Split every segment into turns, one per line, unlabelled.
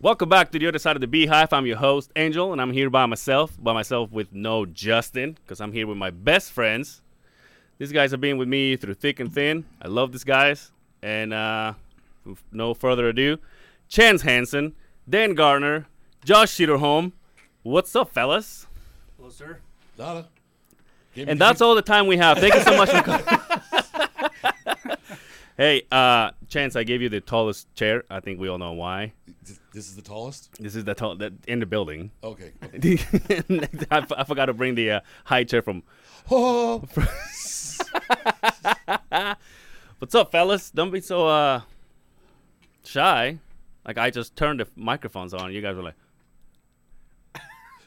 Welcome back to the other side of the beehive. I'm your host, Angel, and I'm here by myself, by myself with no Justin, because I'm here with my best friends. These guys have been with me through thick and thin. I love these guys. And uh, with no further ado, Chance Hansen, Dan Garner, Josh Sheeterholm. What's up, fellas?
Hello, sir.
Nada. Give me-
And that's all the time we have. Thank you so much for coming. hey, uh, Chance, I gave you the tallest chair. I think we all know why.
Th- This is the tallest.
This is the tall that in the building.
Okay.
I, f- I forgot to bring the uh, high chair from.
Oh,
What's up, fellas? Don't be so uh shy. Like I just turned the microphones on. You guys were like,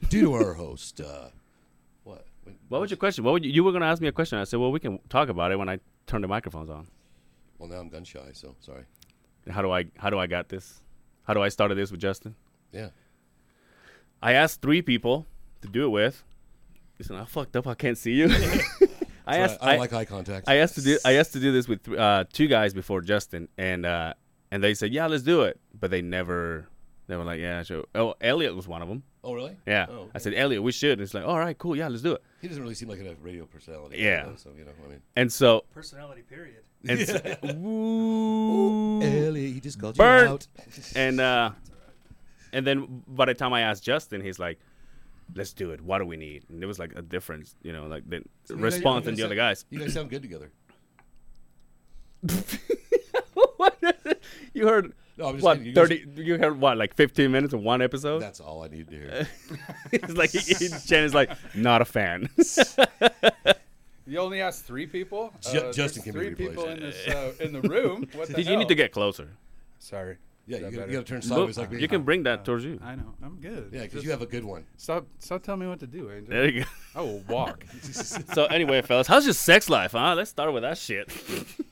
due to our host, uh, what?
"What was your question? What would you, you were gonna ask me a question?" I said, "Well, we can talk about it when I turn the microphones on."
Well, now I'm gun shy, so sorry.
And how do I how do I got this? How do I started this with Justin?
Yeah.
I asked three people to do it with. Listen, I fucked up. I can't see you. I
So
asked.
I, I
I,
like eye contact.
I asked to do. I asked to do this with th- uh, two guys before Justin, and uh, and they said, "Yeah, let's do it," but they never. They were like, "Yeah, sure." Oh, Elliot was one of them.
oh, really?
Yeah,
Oh, okay.
I said, "Elliot, we should." And he's like, "All right, cool. Yeah, let's do it."
He doesn't really seem like a radio personality.
Yeah.
though, So you know, I mean,
And so,
Personality, period.
and so- Ooh.
Ellie, he just called
Burn.
you out.
and uh, and then by the time I asked Justin, he's like, "Let's do it. What do we need?" And there was like a difference, you know, like the
You guys-
response
you
and the
sound-
other guys.
You guys sound good together.
What? you heard
No, I'm just
what
kidding. You guys-
thirty? You heard what like fifteen minutes of one episode?
That's all I need to hear.
it's like he, he, Shannon's like not a fan.
You only asked three people. Uh,
Ju-
there's
Justin can be
three
replaced.
people in this uh, in the room. What the
Did you need
hell?
to get closer?
Sorry.
Yeah,
Is
you
that
gotta,
better?
you gotta turn
Look,
sideways like me.
you can bring that towards you.
I know. I'm good.
Yeah, because
Just
you have a good one.
stop. Stop telling me what to do, Angel.
There you go.
I will walk.
So anyway, fellas, how's your sex life, huh? Let's start with that shit.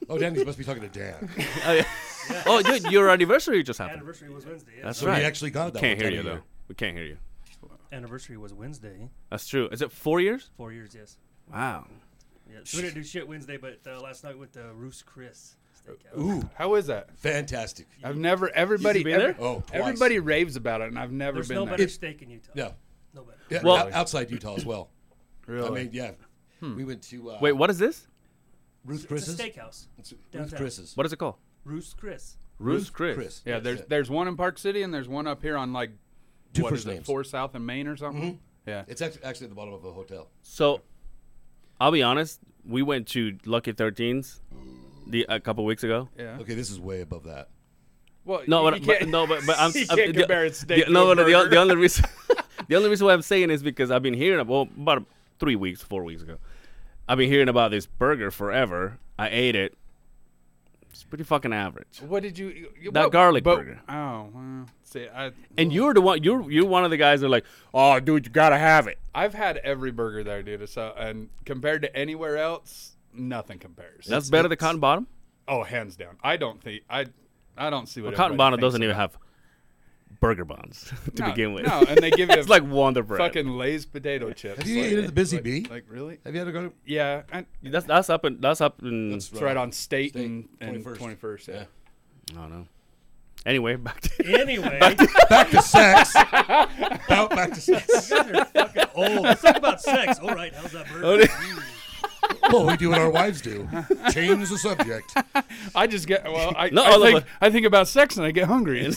Oh, Danny must be talking to Dan.
oh, yeah. Oh, dude, your anniversary just happened.
Anniversary was Wednesday. Yeah.
That's
So
right.
we actually got that.
Can't
one
hear
time
you
a year.
though. We can't hear you.
Anniversary was Wednesday.
That's true. Is it four years?
Four years, yes.
Wow.
Yeah. So we didn't do shit Wednesday, but uh, last night went to Roos Chris. Steakhouse.
Uh, Ooh,
How is that?
fantastic.
I've never. Everybody.
been there?
every-
Oh, twice.
everybody raves about it, and I've never
There's
been
no
there.
better steak in Utah.
No.
No better.
Yeah,
Well-
o- outside Utah as well.
really.
I mean, yeah. We went to uh,
Wait, what is this?
Ruth
It's
Chris's.
a steakhouse.
It's Ruth
downtown.
Chris's.
What is it called?
Roos Chris.
Ruth Chris.
Chris.
yeah.
Yes,
There's
yeah.
there's one in Park City, and there's one up here on like
Two
what
first
is it,
names. Mm-hmm.
Four South and Main or something. Yeah.
It's act- actually at the bottom of a hotel.
So, I'll be honest. We went to Lucky Thirteens the, a couple weeks ago.
yeah.
Okay, this is way above that.
Well,
No,
you
but,
can't-
but no, but, but I'm,
you
I'm-
can't
the-
compare it steak
the, no,
to a
but the, the
burger.
only reason the only reason why I'm saying is because I've been hearing about about three weeks, four weeks ago. I've been hearing about this burger forever. I ate it. It's pretty fucking average.
What did you? you-
That
what-
garlic
but-
burger.
Oh, well, see, I
And you're the one. You're you're one of the guys that are like, oh, dude, you gotta have it.
I've had every burger there, dude. So, and compared to anywhere else, nothing compares.
That's better than Cotton Bottom.
oh, hands down. I don't think I, I don't see what
Cotton
everybody
Bottom
thinks
doesn't even have burger buns to
No,
begin with.
no, and they give you
it's like Wonder Bread.
fucking Lay's potato chips.
Have you
like,
eaten the Busy
like,
Bee?
Like really?
Have you had a go?
Yeah, and
that's that's up in that's up in.
it's right on State,
State,
and and
21st.
twenty first.
Yeah.
Yeah.
I don't know. Anyway, back to
Anyway,
Back to sex. Out back to sex.
oh, let's talk about sex. All right, how's that burger?
Well, we do what our wives do. Change the subject.
I just get well. I,
No, all
I
of
think
us-
I think about sex and I get hungry.
hey,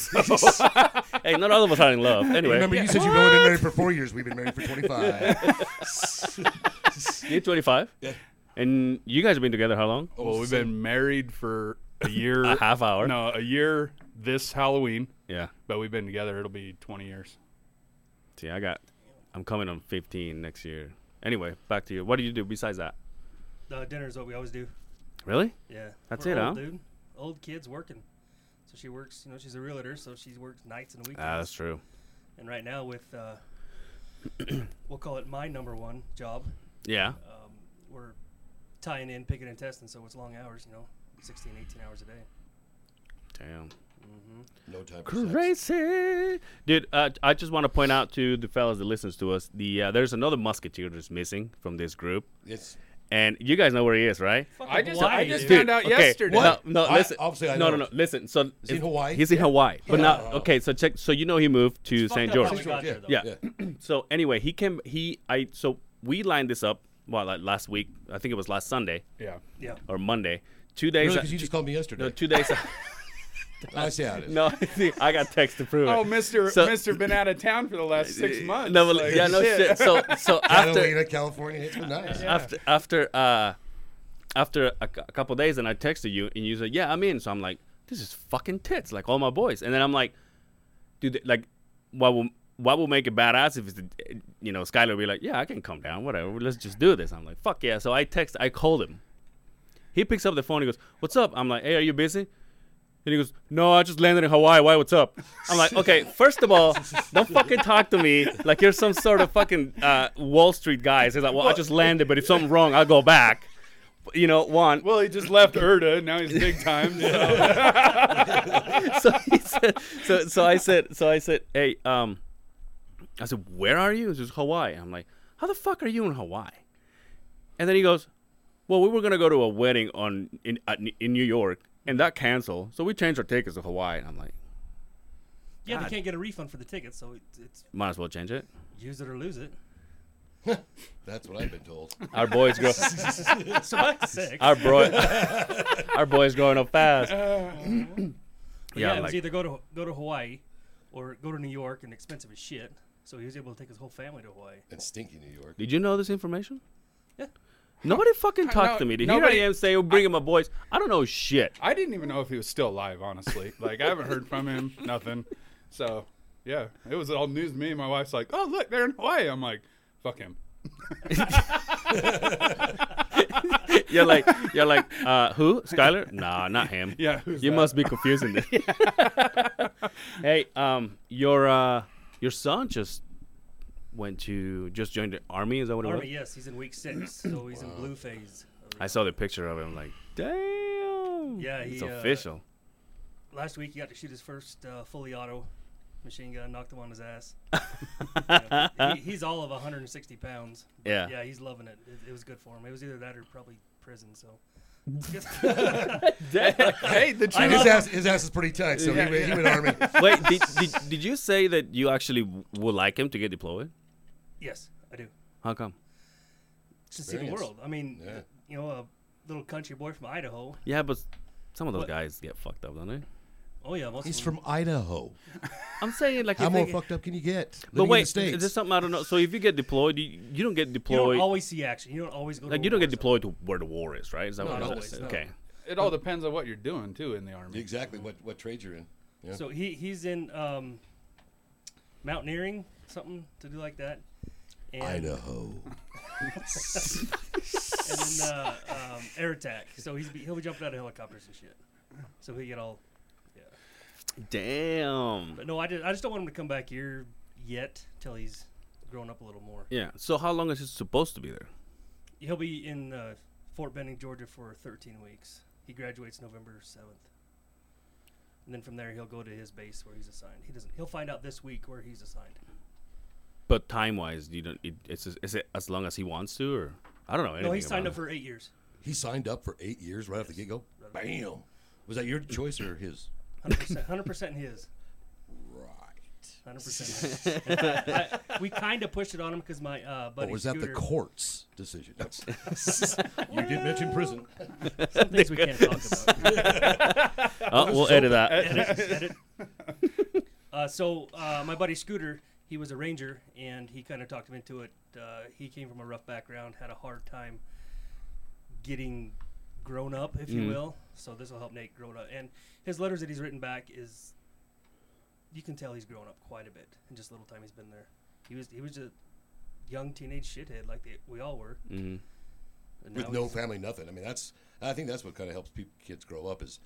not all of us are in love. Anyway,
Remember, you said you've only been married for four years. We've been married for 25.
You're 25.
Yeah.
And you guys have been together how long?
well, we've been married for a year,
A half hour.
No, a year this Halloween.
Yeah.
But we've been together. It'll be 20 years.
See, I got. I'm coming on 15 next year. Anyway, back to you. What do you do besides that?
uh, dinner is what we always do.
Really?
Yeah.
That's
We're
it,
old,
huh?
Dude, old kids working. So she works. You know, she's a realtor, so she works nights and weekends.
Ah, that's true.
And right now, with uh, we'll call it my number one job,
Yeah.
um, we're tying in picking and testing, so it's long hours. You know, 16, 18 hours a day.
Damn.
No time for sex.
Crazy, dude. Uh, I just want to point out to the fellas that listens to us, the uh, there's another musketeer that's missing from this group,
It's
and you guys know where he is, right?
Fucking
I just, I
Hawaii,
just
dude.
found out
okay.
yesterday.
What?
No, no,
I-
listen.
obviously I
no,
know
no, no.
it's-
Listen. So is
he in Hawaii?
He's in Hawaii, but
Yeah.
not
Oh.
okay. So check. So you know he moved to
It's
St.
fucked up
George.
how we got
Yeah.
there, though.
Yeah. so anyway, he came. He I. So we lined this up. Well, like last week. I think it was last Sunday
Yeah.
Yeah.
or Monday. Two days.
Really? Because you just called me yesterday.
no, two days.
I see how it is.
no, see, I got text to prove it.
Oh, Mister,
So-
Mister, been out of town for the last six months.
No, but-
Like,
yeah, no shit. So, so after
Catalina, California. It's been nice.
after after uh after a, cou- a couple days and I texted you and you said, "Yeah, I'm in." So I'm like, "This is fucking tits." Like all my boys. And then I'm like, "Dude, like what will what will make it badass if it's the, you know, Skylar be like, "Yeah, I can come down. Whatever. Let's just do this." I'm like, "Fuck yeah." So I text I called him. He picks up the phone. He goes, "What's up?" I'm like, "Hey, are you busy?" And he goes, "No, I just landed in Hawaii. Why? What's up?" I'm like, "Okay, first of all, don't fucking talk to me like you're some sort of fucking uh, Wall Street guy." He's like, "Well, I just landed, but if something's wrong, I'll go back." You know, one.
Well, he just left Erda. Now he's big time. So.
so he said, so so I said, so I said, hey, um, I said, where are you? He says Hawaii. I'm like, how the fuck are you in Hawaii? And then he goes, well, we were gonna go to a wedding on in at, in New York, and that canceled, so we changed our tickets to Hawaii. And I'm like,
Yeah,
God.
they can't get a refund for the tickets, so it, it's
might as well change it.
use it or lose it.
That's what I've been told.
Our boys grow,
So I'm sick.
our boy, our boys growing up fast.
But yeah,
yeah,
it was
like-
either go to go to Hawaii or go to New York and expensive as shit. So he was able to take his whole family to Hawaii.
And stinky New York.
Did you know this information?
Yeah.
Nobody fucking talks
no-
to me. Here
nobody-
I am saying, bringing "Oh, my boys. I don't know shit.
I didn't even know if he was still alive. Honestly, like I haven't heard from him. Nothing. So, yeah, it was all news to me. My wife's like, "Oh, look, they're in Hawaii." I'm like, "Fuck him."
you're like you're like uh, who Skyler? Nah, not him.
Yeah, who's
you
that?
must be confusing this. hey, um, your uh, your son just went to just joined the army. Is that what it
Army,
was?
yes, he's in week six, so he's in blue phase.
I saw the picture of him. Like, damn.
Yeah,
it's
he, uh,
official.
Last week he got to shoot his first uh, fully auto machine gun, knocked him on his ass. he, he's all of 160 pounds. but
Yeah.
yeah, he's loving it. it. It was good for him. It was either that or probably prison. So
Hey,
I
the
His
truth
love-
ass, his ass is pretty tight, so he, went, he went army.
Wait, did, did did you say that you actually w- would like him to get deployed?
yes, I do.
How come?
Just to see the
Experience.
world. I mean,
Yeah.
you know, a little country boy from Idaho.
Yeah, but some of those
What?
guys get fucked up, don't they?
Oh yeah, most
He's
of them.
from Idaho.
I'm saying like
How
if
more
they,
fucked up can you get? Living
But
in the
wait,
States.
is there something I don't know? So if you get deployed, you, you don't get
You
deployed.
don't always see action. You don't always go.
Like
to
you
a
don't
war
get
zone.
deployed to where the war is, right? Is that what
Not
it
always,
is?
no.
Okay.
it all depends on what you're doing too in the army.
exactly what, what trade you're in. Yeah.
So he he's in um, mountaineering, something to do like that. And,
Idaho.
And then uh, um, air attack. So he's be, he'll be jumping out of helicopters and shit. So he get all. Yeah.
Damn.
But no, I just I just don't want him to come back here yet till he's grown up a little more.
Yeah. So how long is it supposed to be there?
He'll be in uh, Fort Benning, Georgia, for 13 weeks. He graduates November 7th. And then from there, he'll go to his base where he's assigned. He doesn't. He'll find out this week where he's assigned.
But time wise, you don't. It, it's just- is it as long as he wants to, or I don't know.
no, he
anything
signed
about
up for eight years.
He signed up for eight years right off the get go. Bam. Was that your choice or his?
100%, 100% his.
Right.
Hundred percent. We kind of pushed it on him because my uh, buddy
Or was that the
Scooter-
court's decision? you did mention prison.
some things we can't talk about.
it. Oh, we'll edit that.
Edit, edit. Uh, so uh, my buddy Scooter, he was a ranger, and he kind of talked him into it. Uh, he came from a rough background, had a hard time getting grown up, if you will. So this will help Nate grow up. And his letters that he's written back is, you can tell he's grown up quite a bit in just a little time he's been there. He was he was a young teenage shithead like they, we all were. Mm-hmm.
With no family, nothing. I mean, that's. I think that's what kind of helps people, kids grow up is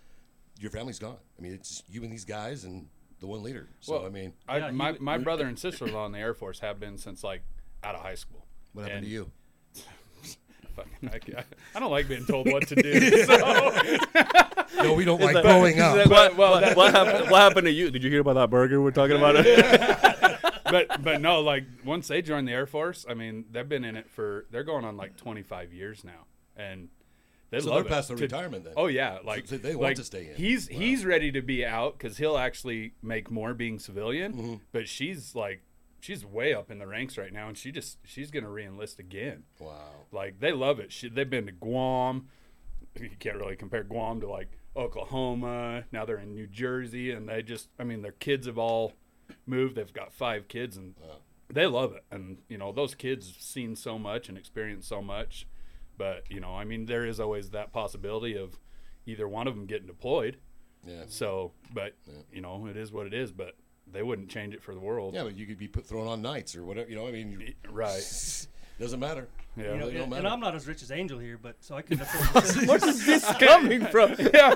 your family's gone. I mean, it's just you and these guys and the one leader. So
Well,
I mean,
I,
Yeah, he
my,
would-
my brother and sister in law in the Air Force have been since like out of high school.
what happened
And
to you?
fucking- I, ca- I don't like being told what to do. So,
No, we don't like growing up.
What,
well,
what, what happened, what happened to you? Did you hear about that burger we're talking about?
but but no, like once they joined the Air Force, I mean, they've been in it for they're going on like 25 years now. and they
So
love
they're past
it.
their
To-
retirement then.
Oh yeah, like
so they want
like,
to stay in.
He's he's ready to be out because he'll actually make more being civilian.
Mm-hmm.
But she's like she's way up in the ranks right now, and she just she's gonna reenlist again.
Wow.
Like they love it. She, they've been to Guam. You can't really compare Guam to like Oklahoma. Now they're in New Jersey, and they just I mean their kids have all moved. They've got five kids, and they love it. And you know those kids have seen so much and experienced so much. But you know I mean there is always that possibility of either one of them getting deployed.
Yeah.
So, but you know it is what it is. But they wouldn't change it for the world.
Yeah, but you could be put, thrown on nights or whatever. You know, I mean, you-
Right.
doesn't matter.
Yeah.
It
You
You know,
really don't
and,
matter.
and I'm not as rich as Angel here, but so I couldn't afford. To
Where is this coming from?
yeah.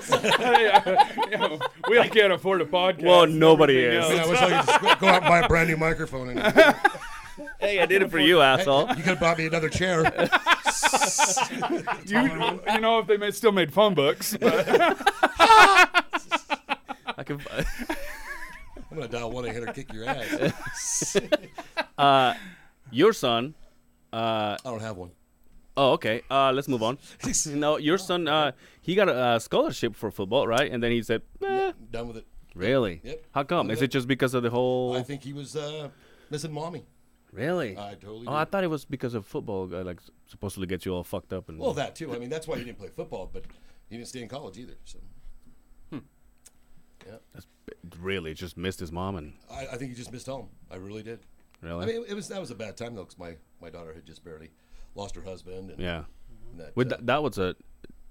Yeah. We all can't afford a podcast.
Well, nobody is.
Everything
I mean, I
else.
wish I could just go out and buy a brand new microphone. And, hey,
hey, I did it for you, asshole.
You could have bought me another chair.
You, you know, if they made, still made phone books, but
I can.
I'm gonna dial one eight hundred kick your ass.
Your son. Uh,
I don't have one.
oh, okay. Uh, let's move on. No, your son. Uh, he got a, a scholarship for football, right? And then he said, eh,
Done with it.
"Really?
Yep.
How come? Is it just because of the
I
whole?
think he was uh, missing mommy.
Really?
I totally.
oh, I
do.
thought it was because of football. uh, Like s- supposedly get you all fucked up and.
well, that too. I mean, that's why he didn't play football, but he didn't stay in college either. So
Hmm. really, just missed his mom and
I, I think he just missed home. I really did.
really.
I mean, it, it was that was a bad time though, because my my daughter had just barely lost her husband. And,
yeah.
and that,
With
uh,
tha- that was a,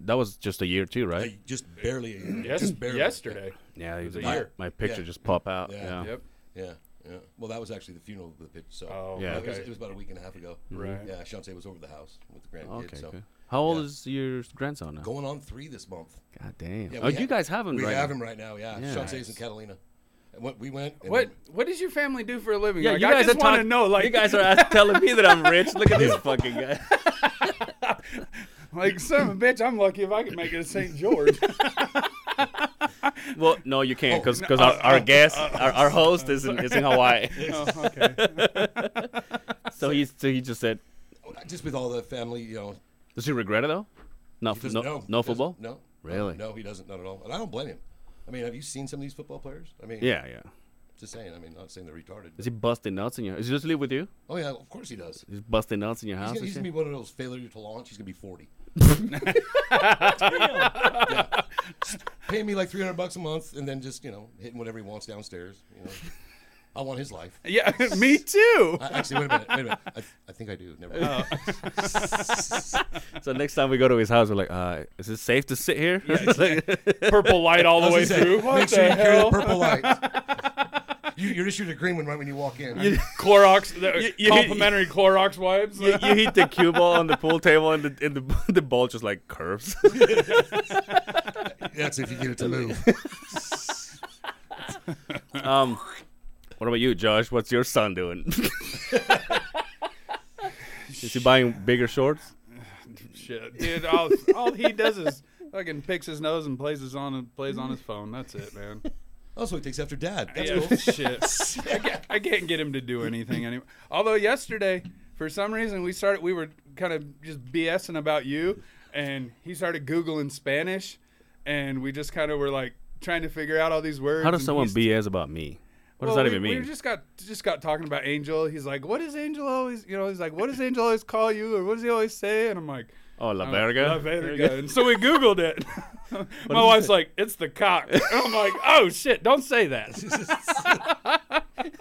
that was just a year too, right?
I just barely.
yes,
just barely.
yesterday.
yeah,
was
you-
a
my,
year.
my picture
Yeah.
just pop out.
Yeah.
Yeah.
Yep.
Yeah, yeah. Well, that was actually the funeral of the pitch. So
Oh,
Yeah.
it, was,
okay.
it was about a week and a half ago.
Right.
Yeah, Shantae was over the house with the grandkids.
Okay.
so
good. How old
yeah.
is your grandson now?
going on three this month.
God damn.
Yeah,
oh,
we
you
ha-
guys have him
We
right
have
now.
him right now. Yeah,
Yeah.
Shantae's and Catalina. And what we went. and
What
then-
What does your family do for a living?
Yeah,
like,
you
I
guys
just
are
want to
talking-
know. Like,
you guys are ask- telling me that I'm rich. Look at this fucking guy.
like son of a bitch. I'm lucky if I can make it to St. George.
Well, no, you can't,
Oh,
because
no,
our,
uh,
our guest, our, our
uh,
host, is in, is in Hawaii.
oh, okay.
So he's so he just said,
Just with all the family, you know.
does he regret it though? No,
he doesn't
no,
know.
no
He doesn't-
football.
No.
Really?
No, he doesn't. Not at all. And I don't blame him. I mean, have you seen some of these football players? I mean,
Yeah, yeah.
Just saying. I mean, not saying they're retarded.
Is he busting nuts in your? Is he just live with you?
Oh yeah, of course he does.
He's busting nuts in your
He's
house.
gonna,
and
he's
shit?
gonna be one of those failure to launch. He's gonna be forty. Yeah. Just Pay me like three hundred bucks a month, and then just you know hitting whatever he wants downstairs. You know, I want his life.
Yeah, me too.
I, actually, wait a minute. Wait a minute. I, I think I do.
Uh,
Never mind.
So next time we go to his house, we're like, uh, is it safe to sit here?
Purple light all the
I
way
was gonna say,
through. What
make sure
the
you carry the
hell?
purple light. you, you're issued a green one right when you walk in.
Clorox, the
you-
complimentary Clorox wipes.
you, you hit the cue ball on the pool table, and the and the, the ball just like curves.
That's if you get it to move.
Um, what about you, Josh? What's your son doing? Is he buying bigger shorts?
Shit, dude. All, all he does is fucking picks his nose and plays his on plays on his phone. That's it, man.
Also, he takes after dad. That's
Yeah,
cool.
shit. I can't, I can't get him to do anything anymore. Although yesterday, for some reason, we started. We were kind of just BSing about you, and he started googling Spanish, and we just kind of were like trying to figure out all these words.
How does
and
someone
he's-
BS about me? What does
well,
that
we-
even
we
mean?
just got just got talking about Angel. He's like, "What does Angel always? You know, he's like, what does Angel always call you, or what does he always say?" And I'm like.
oh, la
I'm like,
verga.
"La verga." And so we Googled it. My wife's like, it's the cock. And I'm like, oh shit, don't say that.
Dan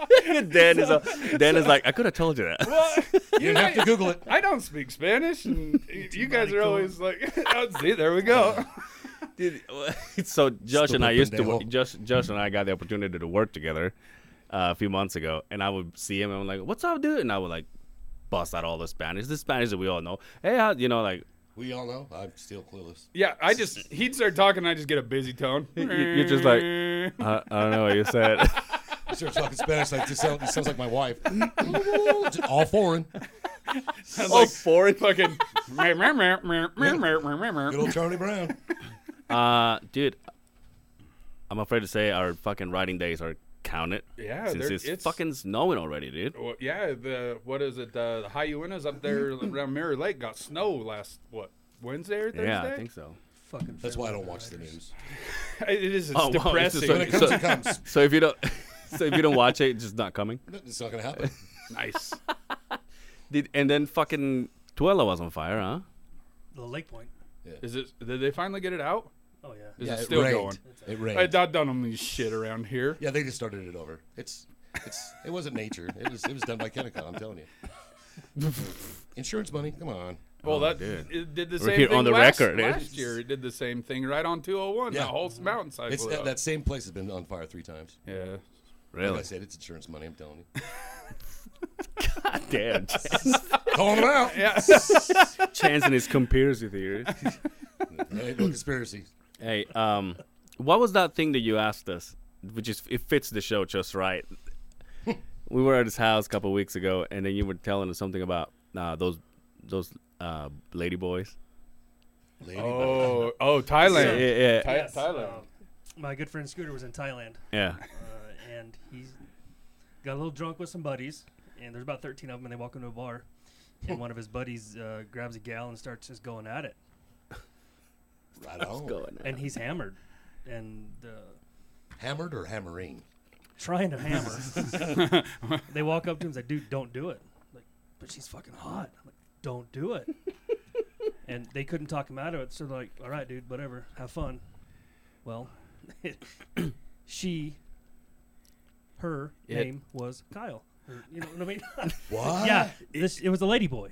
is a, Dan is like, I could have told you that.
What?
You didn't have to Google it.
I don't speak Spanish, and y- you guys are always like, oh, "See, there we go."
so Josh and I
Stupid
used to work,
pendejo.
Josh, Josh and I got the opportunity to work together uh, a few months ago, and I would see him and I'm like, "What's up, dude?" And I would like bust out all the Spanish, the Spanish that we all know. Hey, how, you know, like
We all know. I'm still clueless.
Yeah, I just he'd start talking, and I just get a busy tone.
you're just like, I, uh, I don't know what you said.
He starts talking Spanish like this. Sounds, it sounds like my wife. It's all foreign.
oh, foreign.
fucking. "Meh, meh, meh, meh, meh, meh, meh, meh."
Good old Charlie Brown.
Uh, dude, I'm afraid to say our fucking riding days are counted.
Yeah,
since
they're-
it's,
it's-
fucking snowing already, dude.
Well, yeah, the what is it? Uh, the Hayuanas up there around Mirror Lake got snow last what Wednesday or Thursday.
Yeah, I think so.
Fucking.
That's why I don't
Family
watch the
Matters.
news.
It is. It's
Oh, wow, it's
depressing.
just
When it comes,
So-
it comes.
So if you don't, so if you don't watch it, it's just not coming.
It's not gonna happen.
nice.
Did, and then fucking Twella was on fire, huh?
The Lake Point.
Is it? Did they finally get it out?
Oh yeah.
Is
Yeah,
it
it
still
rained.
going?
It
I, I
rained.
don't know these shit around here.
Yeah, they just started it over. It's, it's, it wasn't nature. It was, it was done by Kennecott. I'm telling you. Insurance money. Come on.
Well, that
dude.
it did the
We're
same
here
thing
on the
last,
record, dude.
last year. It did the same thing right on 201.
Yeah.
That whole mountain
It's that,
cycle.
that same place has been on fire three times.
yeah.
Like I
Really?
said, it's insurance money. I'm telling you.
Damn,
Calling them out.
Yeah.
Chance and his conspiracy theories.
There ain't no conspiracy.
Hey, um, what was that thing that you asked us? Which is it fits the show just right. we were at his house a couple weeks ago, and then you were telling us something about uh, those those uh, lady boys.
Lady
oh, oh, Thailand.
Yeah, yeah, yeah.
Thai-
Yes,
Thailand.
um, my good friend Scooter was in Thailand,
yeah.
uh, and he got a little drunk with some buddies, and there's about 13 of them, and they walk into a bar, and one of his buddies uh, grabs a gal and starts just going at it,
Right on.
Going on.
and he's hammered, and uh,
Hammered or hammering?
trying to hammer. they walk up to him and say, "Dude, don't do it." I'm like, but she's fucking hot. I'm like, don't do it. and they couldn't talk him out of it, so they're like, "All right, dude, whatever, have fun." Well, she, her
Yeah.
name was Kyle. Or, you know what I mean?
What?
yeah, this it was a lady boy.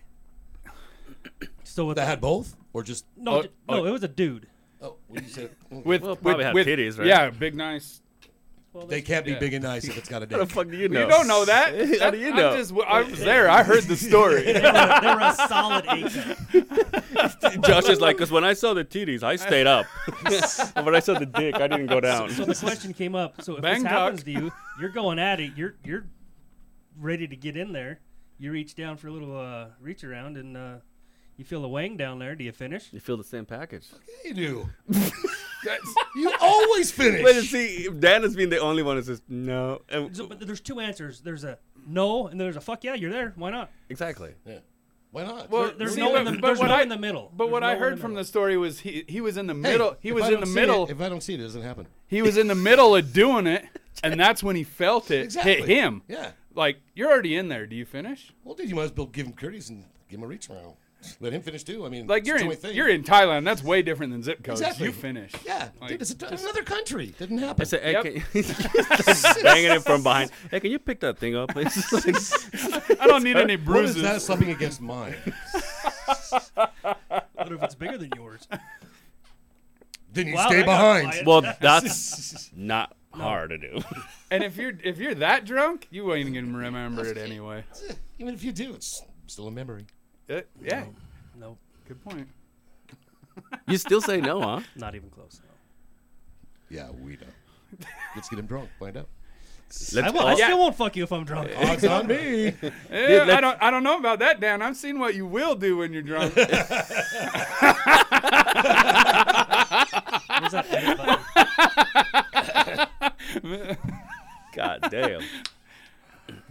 So with
That had both, or just
no,
Oh,
d-
oh.
no, it was a dude.
oh, what you said?
With
Well,
with,
probably had
with,
titties, right?
Yeah, big nice.
Well,
they
there's-
can't be
yeah.
big and nice if it's got a dick.
How the fuck do you know?
You don't know that.
How do you
I'm
know?
just- I was there. I heard the story.
they, were a, they were a solid eight.
Josh is like, because when I saw the titties, I stayed up. but when I saw the dick, I didn't go down.
So the question came up. So if this
Bangkok.
happens to you, you're going at it. You're you're ready to get in there. You reach down for a little uh, reach around, and uh, you feel the wang down there. Do you finish?
You feel the same package.
Yeah, you do.
That's-
You always finish.
But you see, Dan has been the only one who says no. And-
So, but there's two answers. There's a no, and there's a fuck yeah. You're there. Why not?
exactly.
Yeah. Why not?
Well,
There- there's
See,
no,
but-
in the,
but
there's
what
no
I-
in the middle.
But
There's
what
no
I
in
heard
the
from
middle.
the story was he he was in the
Hey,
middle. He
if
was
I
in the
don't see
middle.
It, if I don't see it, it doesn't happen.
He was in the middle of doing it, and that's when he felt it
Exactly.
hit him.
Yeah.
Like you're already in there. Do you finish?
Well, dude, you might as well give him courtesy and give him a reach around. Let him finish too. I mean,
Like you're
it's the only
in
thing.
you're in Thailand. That's way different than zip codes.
Exactly.
You finish.
Yeah,
Like,
dude, it's a, another country. Didn't happen.
So, hey,
Yep.
can- banging it from behind. Hey, can you pick that thing up, please?
I don't need any
What is
bruises.
that something against mine?
What if it's bigger than yours?
Then you
Wow,
stay
that got
behind.
quiet.
well, that's not hard to do.
And if you're if you're that drunk, you ain't gonna remember it anyway.
Even if you do, it's still a memory.
It- yeah.
No,
Good point.
You still say no, huh?
not even close. No.
Yeah, we know. Let's get him drunk. Find out.
Let's
I, will, I
all-
still won't fuck you if I'm drunk.
Odds on me.
Eh, I
let's-
don't I don't know about that, Dan. I've seen what you will do when you're drunk.
Where's that edit button?
God damn.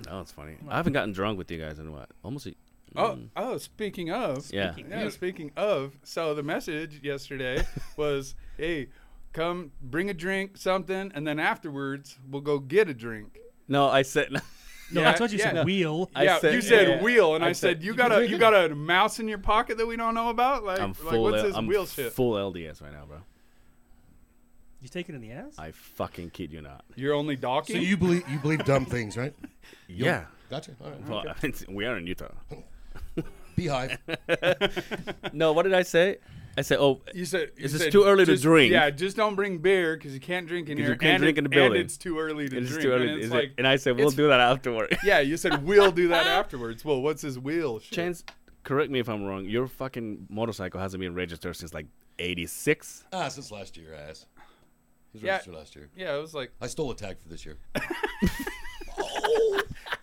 No, it's funny. I haven't gotten drunk with you guys in what? Almost a,
oh oh, speaking of.
yeah.
Yeah, speaking of, so the message yesterday was, hey, come bring a drink, something, and then afterwards we'll go get a drink.
No, I said
No,
Yeah,
that's what you
yeah.
said. Wheel.
I
yeah,
said-
you said
yeah,
wheel, and
I
I,
said-
said, you got a you got a mouse in your pocket that we don't know about. Like,
I'm
like,
full.
what's
L-
this
I'm
wheel shit?
full LDS right now, bro.
you take it in the ass?
I fucking kid you not.
You're only docking.
So you believe you believe dumb things, right?
Yeah.
Gotcha. All right.
Well, we are in Utah.
Beehive.
No, what did I say? I said, oh,
You said you
Is this
said
too early to
just-
drink?
Yeah, just don't bring beer because you can't drink in
'Cause
here.
you can't
and
drink
it-
in the building.
And it's too early to
it's
drink.
too early.
And, it's
is it-
like,
and I said, we'll
it's-
do that afterward.
yeah, you said we'll do that afterwards. Well, what's this wheel shit?
Chance, correct me if I'm wrong. Your fucking motorcycle hasn't been registered since like '86.
ah, since last year, ass. It was
Yeah.
registered last year.
Yeah, it was like
I stole a tag for this year.
You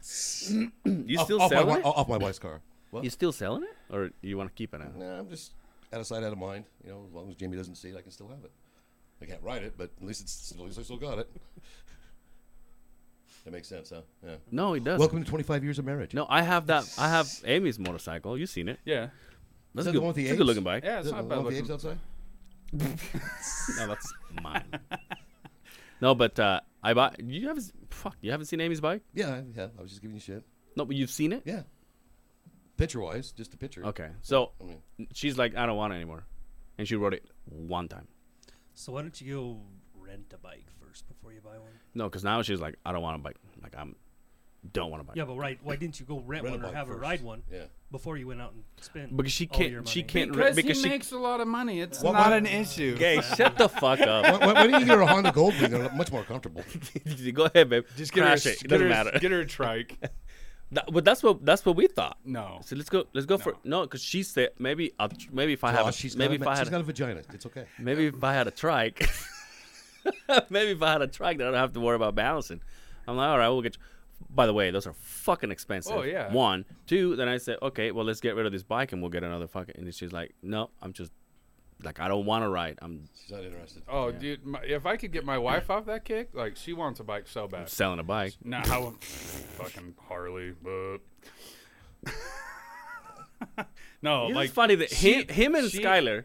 Off-
still
off, my,
selling
wi-
it?
off my wife's car. What?
You still selling it, or you want to keep it now?
Nah, I'm just out of sight, out of mind. You know, as long as Jamie doesn't see it, I can still have it. I can't ride it, but at least it's at least I still got it. that makes sense, huh? Yeah.
No, it doesn't.
Welcome to 25 years of marriage.
No, I have that. I have Amy's motorcycle. You've seen it.
yeah.
That's
that
a good.
the one with the
that's a
apes?
good looking bike.
Yeah, it's
Is that the
not bad
one with the apes
looking.
outside?
No, that's mine. no, but uh, I bought. You haven't. Fuck. You haven't seen Amy's bike?
Yeah, I- yeah. I was just giving you shit.
No, but you've seen it.
Yeah. Picture wise, just a picture.
Okay. So
I mean,
she's like, I don't want it anymore, and she rode it one time.
So why don't you go rent a bike first before you buy one?
No, because now she's like, I don't want a bike. Like I'm, don't want a bike.
Yeah, but right, why didn't you go rent,
Rent a
one or
bike
have her
first.
ride one
yeah.
before you went out and spent?
Because she
all your
can't. She
money?
can't. re-
Because,
because
he
she.
makes a lot of money. It's
What-
not
what-
an issue.
Okay, shut the fuck up.
why, why, why don't you get her a Honda Goldwing? They're much more comfortable.
Go ahead, babe.
Just get her, a-
crash it. It
get
doesn't
her a-
matter.
Get her a trike.
That- but that's what that's what we thought.
No.
So let's go. Let's go for no, because she said maybe I'll, tr- maybe if I
Oh,
have
she's
a, maybe if
got a,
I
she's
had
got
a,
a vagina. It's okay.
maybe if I had a trike, maybe if I had a trike, then I don't have to worry about balancing. I'm like, all right, we'll get. You. By the way, those are fucking expensive.
Oh, yeah.
One, two. Then I said, okay, well let's get rid of this bike and we'll get another fucking. And she's like, no, I'm just like I don't want to ride. I'm
She's not interested.
Oh, dude, my, if I could get my wife off that kick, like she wants a bike so bad.
selling a bike.
Nah, I would fucking Harley. But no,
Isn't it
like
funny that
she-
him, him and
she-
Skyler,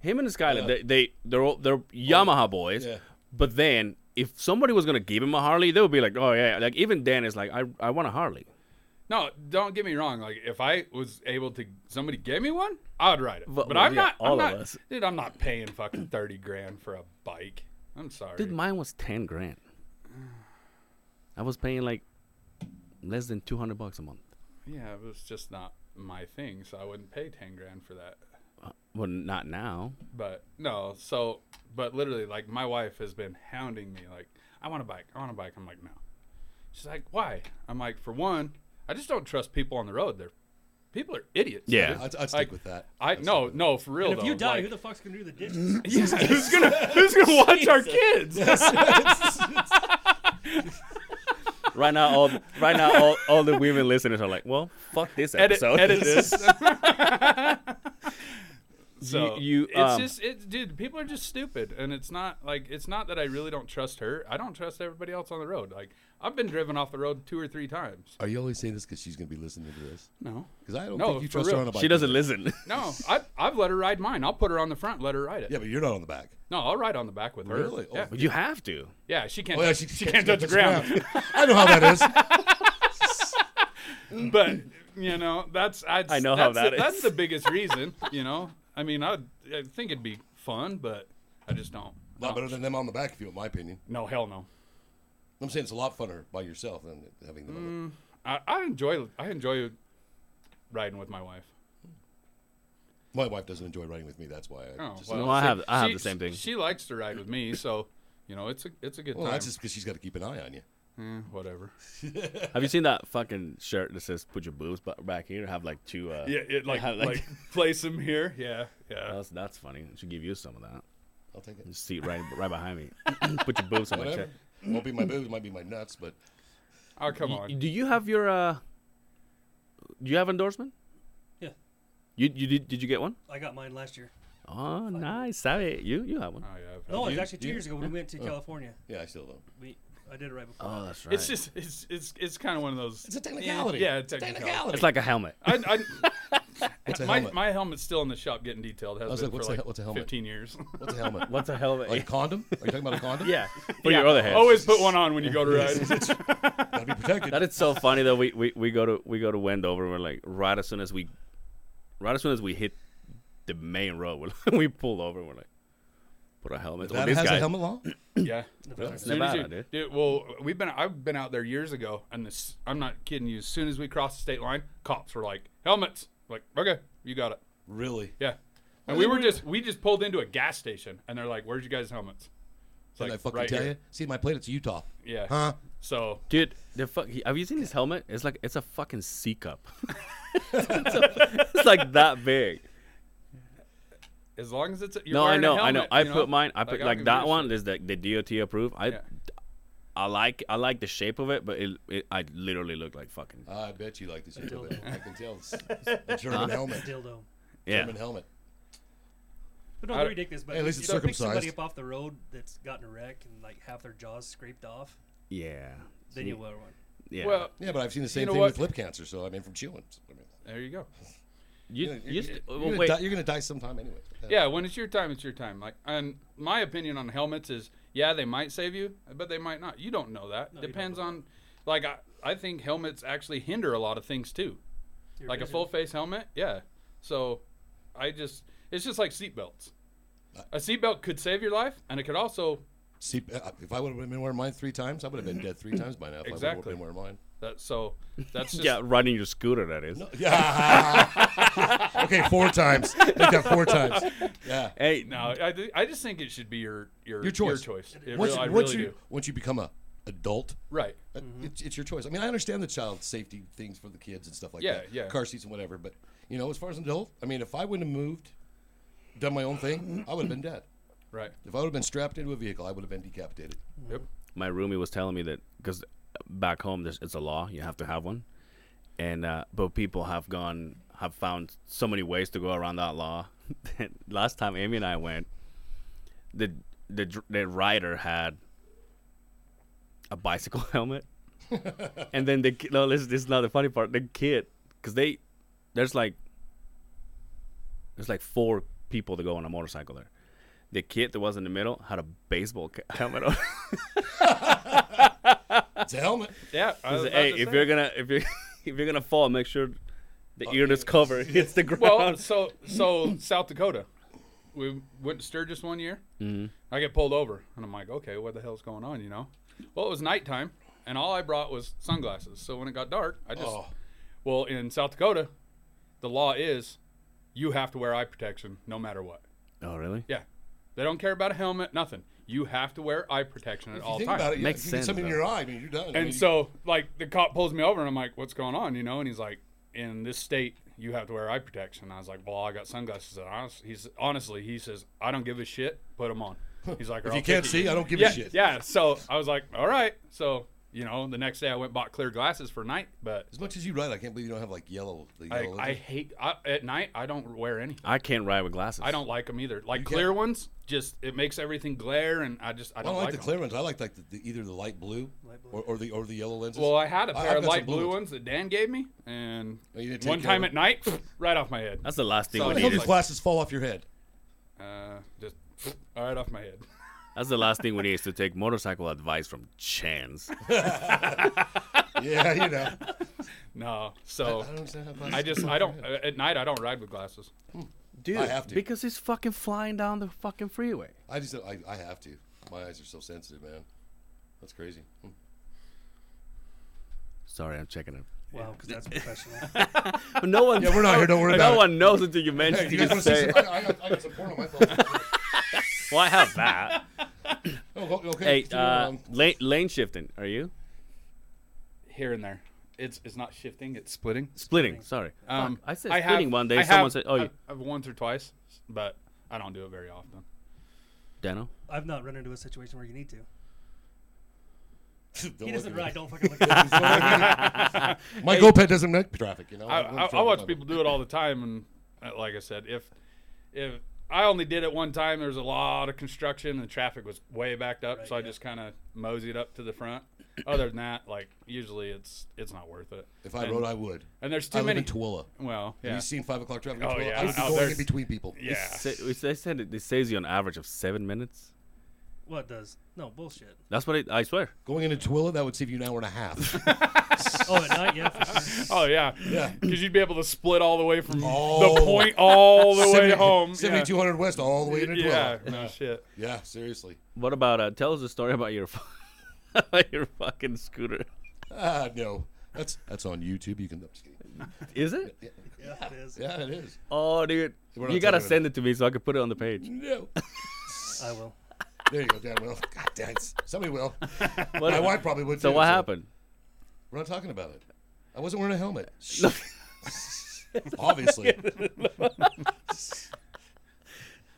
him and Skyler,
Yeah.
they, they they're all,
Oh.
they're Yamaha boys.
yeah.
But then if somebody was gonna give him a Harley, they would be like, oh yeah, like even Dan is like, I I want a Harley.
No, don't get me wrong. Like if I was able to, somebody gave me one, I would ride it.
But-
But,
well,
I'm
yeah,
not.
all
I'm
of
not,
us.
dude. I'm not paying fucking thirty grand for a bike. I'm sorry.
Dude, mine was ten grand. I was paying like less than two hundred bucks a month.
yeah, it was just not my thing, so I wouldn't pay ten grand for that.
Well, not now.
But no, so but literally, like my wife has been hounding me, like I want a bike, I want a bike. I'm like no. She's like, why? I'm like, for one, I just don't trust people on the road. They're people are idiots.
Yeah.
Dude.
I'd, I'd stick
Like,
with that.
I
I'd
no
stick with
no for real.
And if you
though,
die,
like-
who the fuck's gonna do the dishes?
Yeah, who's gonna who's gonna watch our kids?
Right now, all right now, all, all the women listeners are like, well, fuck this
edit,
episode.
edit this. so
You- you,
it's
um,
just it's dude, people are just stupid, and it's not like it's not that I really don't trust her. I don't trust everybody else on the road. Like I've been driven off the road two or three times.
that. Are you only saying this because she's going to be listening to this?
No,
Because I don't
No,
think you
for
trust her
real.
on a bike.
she doesn't listen.
no, I I've let her ride mine. I'll put her on the front, let her ride it.
Yeah, but you're not on the back.
No, I'll ride on the back with her.
Really? Oh.
Yeah,
But you have to.
yeah. She can't.
Oh, yeah,
she, can't touch the ground.
I know how that is.
but you know that's i
I know how that
the,
is.
that's the biggest reason you know i mean i i think it'd be fun but i just don't
A lot better than them on the back, if you want my opinion.
no hell no
I'm saying it's a lot funner by yourself than having them.
Mm.
on
i, I enjoy i enjoy riding with my wife
the, my wife doesn't enjoy riding with me. That's why. I
oh,
just,
well,
No, I
see,
have- I have
she-
the same thing.
she likes to ride with me so you know it's a it's a good
well
time
that's just because she's got to keep an eye on you.
Eh, whatever
Have you seen that fucking shirt that says "Put your boobs ba- back here"? Have like two. Uh, have,
place him here yeah yeah
That's that's funny. I should give you some of that.
I'll take it.
Just see right right behind me. Put your boobs on my
Whatever.
chest.
Won't be my boobs. Might be my nuts, but
oh come
Y-
on
Do you have your uh? Do you have endorsement?
Yeah.
You you did did you get one?
I got mine last year.
Oh, nice. Sabe, you you Oh. have one.
oh, yeah, I've-
No, it was
you-
actually two
you-
years ago when we went to California.
yeah, I still don't.
We, I did it right before.
Oh, that's right.
it's just it's it's it's kind of one of those
It's a technicality.
yeah,
It's a
technicality.
It's like a helmet.
I, I,
What's a
my,
helmet?
my helmet's still in the shop getting detailed. Has
was
been
like, what's
for
a-
like
what's a helmet?
15 years.
What's a helmet?
What's a helmet?
Like a condom? Are you talking about a condom?
yeah. For your other head.
Always put one on when you go to ride.
Gotta be protected.
That is so funny though. We, we we go to we go to Wendover and we're like right as soon as we, right as soon as we hit the main road, we're like, we pull over and we're like, put a helmet. on
That
this
has
guy.
a helmet law.
yeah.
Really?
As soon as
Nevada,
you-
dude.
Well, we've been I've been out there years ago, and this I'm not kidding you. As soon as we crossed the state line, cops were like helmets. Like okay, you got it.
Really?
Yeah. And we were just we just pulled into a gas station, and they're like, "Where's you guys' helmets?" It's
Did I fucking tell you? See, my plate. It's Utah.
you? Yeah.
Huh?
So
Dude, the fuck. he- Have you seen his helmet? It's like it's a fucking C cup. it's, a- it's like that big.
as long as it's you're
No, I
wearing a
know, I
helmet,
know. I
you
put mine. I put
I don't
like
give a
that
shit.
one is the, the DOT approved. I,
Yeah.
I like I like the shape of it, but it, it I literally look like fucking
I bet you like this Utah. bit. I can tell. It's a German
Oh.
helmet.
Dildo.
yeah.
German helmet.
But no,
I
they're
don't-
ridiculous. But
Hey, at least
you
it's
know, pick somebody
circumcised.
up off the road that's gotten a wreck and like half their jaws scraped off,
Yeah.
then you wear one.
Yeah.
Well,
Yeah, but I've seen the same
know
thing
what?
with lip cancer. So I mean, from chewing. So, I mean,
There you go.
You,
You're gonna-
you
you're-
st-
you're
well,
gonna
wait.
die- you're gonna die sometime anyway.
Yeah, when it's your time, it's your time. Like, and my opinion on helmets is, yeah, they might save you, but they might not. You don't know that.
No, you don't
Depends
know
on, like, I, I think helmets actually hinder a lot of things too.
Your
like a
vision.
full face helmet, yeah. So, I just, it's just like seatbelts. A seatbelt could save your life, and it could also
See, uh, if I would have been wearing mine three times, I would have been dead three times by now. If I would have
Exactly.
been wearing mine.
that. So that's just
yeah, riding your scooter, that is.
Yeah. okay, four times. Make that four times. Yeah.
Hey,
no. I, thi- I just think it should be your your
Your choice.
Your choice. It
Once,
really- I
once
really
you
do. Mm-hmm.
once you become a adult,
Right.
uh, it's, it's your choice. I mean, I understand the child safety things for the kids and stuff like
Yeah,
that.
yeah.
Car seats and whatever. But you know, as far as an adult, I mean, if I wouldn't have moved, done my own thing, I would have been dead.
Right.
If I would have been strapped into a vehicle, I would have been decapitated.
Yep.
my roomie was telling me that because back home there's it's a law you have to have one, and uh, but people have gone have found so many ways to go around that law. that Last time Amy and I went, the the dr- the rider had a bicycle helmet, and then the ki- no this this is not the funny part the kid because they there's like there's like four people that go on a motorcycle there. The kid that was in the middle had a baseball ca- helmet on.
It's a helmet.
Yeah. I
Is
was
it,
about
hey,
to
if
say. Oh,
you're gonna if you are if you're gonna fall, make sure the ear that's covered hits the ground.
Well, so so South Dakota, we went to Sturgis one year.
Mm-hmm.
mm I get pulled over, and I'm like, okay, what the hell's going on? You know? Well, it was nighttime, and all I brought was sunglasses. So when it got dark, I just
Oh.
well in South Dakota, the law is you have to wear eye protection no matter what.
oh, really?
Yeah, they don't care about a helmet, nothing. You have to wear eye protection at
If
all
you think
times.
about it, yeah,
Makes
if you get
sense,
something in
though.
your eye, I mean, you're done. I mean,
And so, like, the cop pulls me over, and I'm like, "What's going on?" You know, and he's like, "In this state, you have to wear eye protection." And I was like, "Well, I got sunglasses." And honest, he's honestly, he says, "I don't give a shit. Put them on." He's like, "Or
if
I'll
you can't
ticket
see, I don't give
yeah,
a shit.
yeah. So I was like, "All right." So you know, the next day I went and bought clear glasses for night, but
As much as you ride, I can't believe you don't have like yellow. The
I,
yellow
I hate I, at night. I don't wear any.
I can't ride with glasses.
I don't like them either. Like
can't-
clear ones, just it makes everything glare, and I just I
I
don't,
don't like, the
'em.
clear ones. I like like the, the, either the light blue,
Light blue.
Or, or the or the yellow lenses.
Well, I had a
I-
pair
I've got
of
some
light
blue
blue
ones.
ones that Dan gave me, and
Oh, you didn't take
one
care of
time
them.
at night, right off my head.
That's the last thing
So
we
How the
I
need.
hell do
Is,
like-
glasses fall off your head?
Uh, just right off my head.
that's the last thing we need is to take motorcycle advice from Chance.
yeah, you know.
No,
I
so
don't understand how glasses.
I just
fall
I
off your
don't
head.
uh, at night I don't ride with glasses.
Dude,
I have to.
because he's fucking flying down the fucking freeway.
I just I, I have to. My eyes are so sensitive, man. That's crazy. Hmm.
Sorry, I'm checking it.
Wow, because that's professional.
But no one.
Yeah, we're not here. Don't worry
no
about it.
one knows until you mention. it.
Hey,
you
you guys
just
want to see
say,
some? I, I, got, I got some porn on my phone.
well, I have that.
oh, go- okay. um,
hey,
continue
uh,
on.
lane, lane shifting. Are you
Here and there, it's it's not shifting, it's splitting.
splitting? Sorry,
Um,
Fuck, I said
I have-
splitting one day.
I
someone
have-
said, "Oh, you,
I've, I've once or twice, but I don't do it very often.
Dano."
I've not run into a situation where you need to.
Don't
He
look
doesn't
at me.
ride. Don't fucking look at him.
My GoPed doesn't make traffic. You know.
I,
I'm in
I, I
front
watch
of
people do it all the time, and uh, like I said, if if I only did it one time, there was a lot of construction and traffic was way backed up, so I just kind of moseyed up to the front. Other than that, like usually it's it's not worth it.
If I
And-
rode, I would.
and there's too
I live
many.
in Tooele.
well,
Have
yeah,
you seen five o'clock traffic? in
Oh,
Tooele?
yeah.
I used to
Oh,
go in
there's-
between people.
yeah.
Sa- they said it, it saves you an average of seven minutes.
What does? No bullshit.
That's what it, I swear.
Going into Twilla, that would save you an hour and a half.
Oh, at night, yeah, for sure.
Oh yeah,
Yeah.
Because you'd be able to split all the way from
All-
the point all the way
70
home.
Seventy-two hundred west, all the way
Yeah,
into
yeah.
Twilla.
no shit.
Yeah, seriously.
What about uh? Tell us a story about your, fu- about your fucking scooter.
Ah, no. That's that's on YouTube. You can. I'm just kidding.
Is it?
Yeah, it is.
Yeah, it is.
Oh, dude,
We're not
you gotta
talking about
send it to me so I can put it on the page.
No.
I will.
There you go, Dan will. God damn it. Somebody will.
What-
My wife probably would.
so
too,
what happened?
We're not talking about it. I wasn't wearing a helmet. Obviously.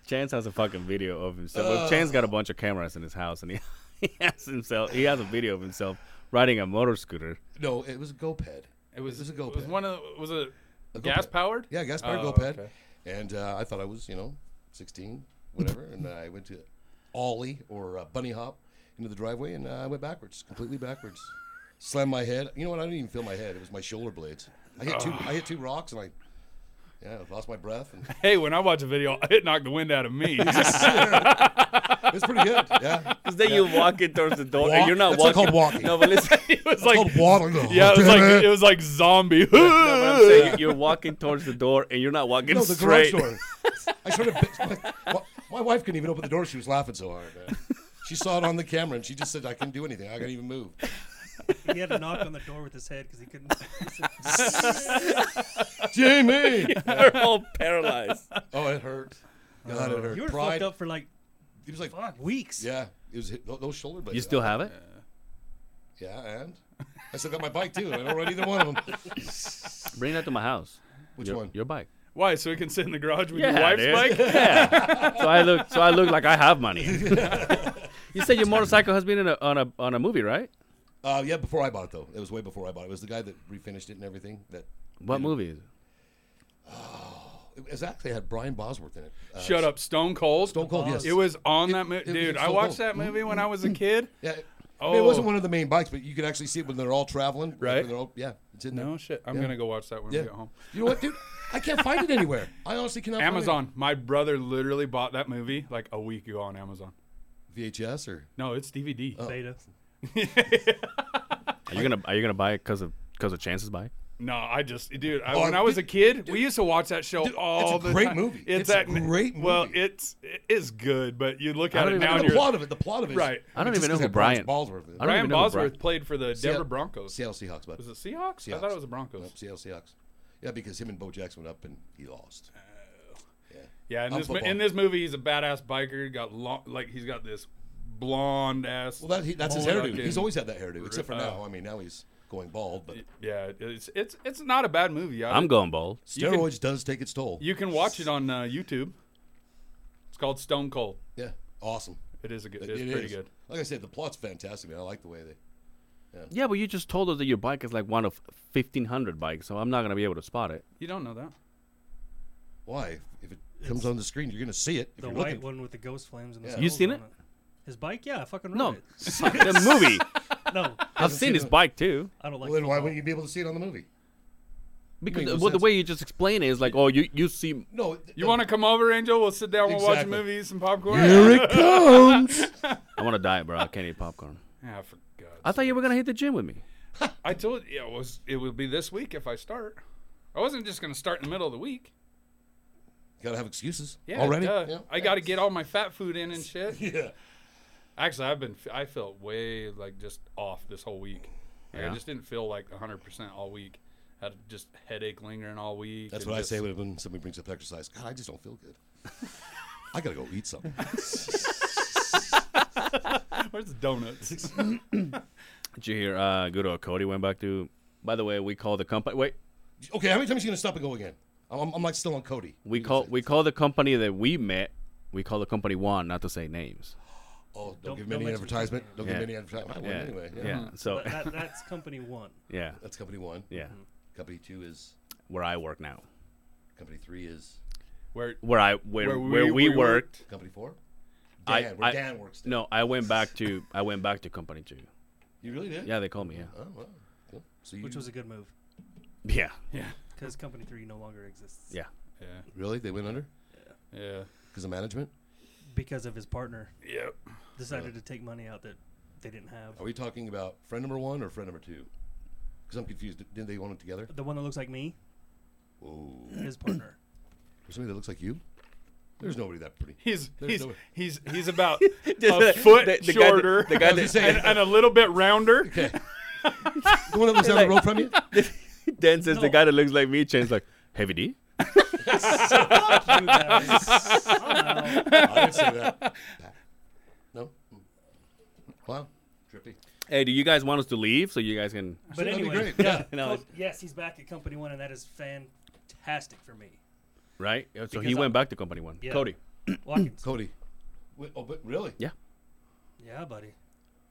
Chance has a fucking video of himself. well, Chance got a bunch of cameras in his house, and he, he has himself. He has a video of himself riding a motor scooter.
No, it was a GoPed.
It was,
a
it
GoPed.
was one of the- was it gas powered?
Yeah, gas powered
Oh,
GoPed.
okay.
And uh, I thought I was, you know, 16, whatever. and I went to Ollie or uh, Bunny Hop into the driveway and uh, I went backwards, completely backwards. Slammed my head. You know what? I didn't even feel my head. It was my shoulder blades. I hit two. I hit two rocks and I Yeah, I lost my breath. And
Hey, when I watch a video, it knocked the wind out of me.
it's pretty good. Yeah.
Because then you walk in towards the door and
Walk?
you're not
That's not
walking.
called walking.
No, but listen.
it was
It's
like
called water. though.
yeah, it was
Damn
like it. was like zombie.
No, but I'm saying you're walking towards the door and you're not walking
no, the
straight.
garage door. I started. My, my wife couldn't even open the door. She was laughing so hard. man. She saw it on the camera and she just said, "I couldn't do anything. I couldn't even move."
He had to knock on the door with his head because he couldn't.
Jamie.
They're all paralyzed.
Oh, it hurt. God, it hurt.
You were
Pride.
fucked up for like
It was like,
fuck weeks.
yeah, it was hit- those shoulder blades.
You still have it?
Yeah, and I still got my bike too. and I don't ride either one of them.
Bring that to my house.
Which
your,
one?
Your bike.
Why? So we can sit in the garage with
Yeah,
your
dude.
wife's bike?
Yeah. So I look. So I look like I have money. you said your motorcycle has been in a, on a on a movie, right?
Uh, yeah, before I bought it though. It was way before I bought it. It was the guy that refinished it and everything. That
What movie is it?
it was actually had Brian Bosworth in it. Uh,
Shut up, Stone Cold.
Stone Cold. Yes.
It was on that
it
movie,
was
dude. I
Stone
watched
Cold. Mm-hmm.
that movie when I was a kid.
Yeah. I mean, it
Oh.
wasn't one of the main bikes, but you could actually see it when they're all traveling. like, when
Right.
they're all- yeah, it's in there.
No shit. I'm gonna go watch that when
Yeah.
we get home.
You know what, dude? I can't find it anywhere. I honestly cannot. find it.
Amazon. My brother literally bought that movie like a week ago on Amazon.
VHS or
No, it's DVD.
Uh.
Beta.
Are you gonna Are you gonna buy it because of because of Chance's bike?
No, I just, dude. I,
Oh,
when I was a
dude,
kid, we used to watch that show
dude, it's
all
a
the
great
time.
movie. It's a
that,
great
Well,
movie.
it's it is good, but you look
I
at
don't
it
even
now
know
and
the
you're
plot of it. The plot of it.
right.
I don't
just
even know
'cause
who
that Brian
Brian-
Bosworth.
I don't
Brian
even know who
Bosworth
Bri-
played for the Denver
Seattle-
Broncos.
Seattle Seahawks, but
Was it Seahawks? I thought it was the Broncos.
Seattle Seahawks. Yeah, because him and Bo Jackson went up and he lost. Yeah.
Yeah, in
I'm
this, mo-
football.
in this movie, he's a badass biker. Got long, like he's got this blonde ass.
Well, that, he, that's his
mullet
hairdo.
looking-
He's always had that hairdo, except for
uh,
now. I mean, now he's going bald, but
Yeah, it's it's it's not a bad movie. I,
I'm going bold.
you can-
steroids does take its toll.
You can watch it on uh, YouTube. It's called Stone Cold.
yeah, awesome.
It is a good.
It-
It's
it
pretty
is.
good.
Like I said, the plot's fantastic, man. I like the way they.
Yeah, but you just told us that your bike is like one of 1,500 bikes, so I'm not gonna be able to spot it.
You don't know that.
Why? If it comes on the screen, you're gonna see it. If
The
you're
white
looking.
one with the ghost flames and the
Yeah.
skulls
You seen
on
it?
His bike? Yeah, I fucking
No,
rode
suck the movie.
it. No,
I've seen his bike too.
I don't like.
Well, then
the
why
thought.
wouldn't you be able to see it on the movie?
Because
no
well, the
sense.
way you just explain it is like, oh, you you see
No.
You want to come over, Angel? We'll sit down. We'll watch a
Exactly.
movie, eat some popcorn.
Here it comes.
I want to die, bro. I can't eat popcorn.
Ah, for God's
I thought you were gonna hit the gym with me.
I told you it was. It will be this week if I start. I wasn't just gonna start in the middle of the week.
Gotta have excuses.
Yeah,
Already.
duh.
Yeah.
I got to get all my fat food in and shit.
Yeah.
Actually, I've been. I felt way like just off this whole week. Like,
Yeah.
I just didn't feel like 100 percent all week. Had just headache lingering all week.
That's
and
what I
just-
say when- when somebody brings up exercise. God, I just don't feel good. I gotta go eat something.
Where's the donuts?
Did you hear? Uh, good old Cody went back to. By the way, we call the company. Wait,
Okay, how many times are you gonna stop and go again? I'm, I'm, I'm like still on Cody.
we call we call the company that we met. We call the company one, not to say names.
Oh, don't,
Don't-
give
don't
me any
mention
advertisement. Don't
Yeah.
give me any advertisement. I win
Yeah,
anyway.
Oh, yeah. Uh-huh.
Yeah.
So
But that, that's company one.
yeah,
That's company one.
yeah,
Company two is.
where I work now,
Company three is.
Where
where I where where we, worked.
Company four.
I-
Dan, where
I-
Dan works. Now.
No, I went back to I went back to company two.
You really did?
Yeah, they called me. Yeah,
Oh, wow. Cool. So you
Which was a good move
yeah,
Yeah,
because Company Three no longer exists.
yeah.
yeah,
really they went under
yeah,
because of management.
Because of his partner
yep.
decided to take money out that they didn't have.
Are we talking about friend number one or friend number two? Because I'm confused. Didn't they own it together?
The one that looks like me,
Whoa.
his partner.
There's somebody that looks like you. There's nobody that pretty.
He's
There's
he's
no way.
he's he's about
the-
a foot
the- the guy that-
shorter
the guy
I was that- gonna say-
and, and a little bit rounder.
Okay. the one that lives down the road from you.
Dan says the
No.
guy that looks like me. Chan's like heavy D.
You guys, somehow,
I didn't say that. No. Wow. Trippy.
Hey, do you guys want us to leave so you guys can?
But
that'd be
anyway,
great.
yeah,
No,
Co- yes, he's back at Company One, and that is fantastic for me.
Right. So he
Because I-
went back to company one.
Yeah.
Cody.
Watkins.
Cody. Wait, oh, but really?
Yeah.
Yeah, buddy.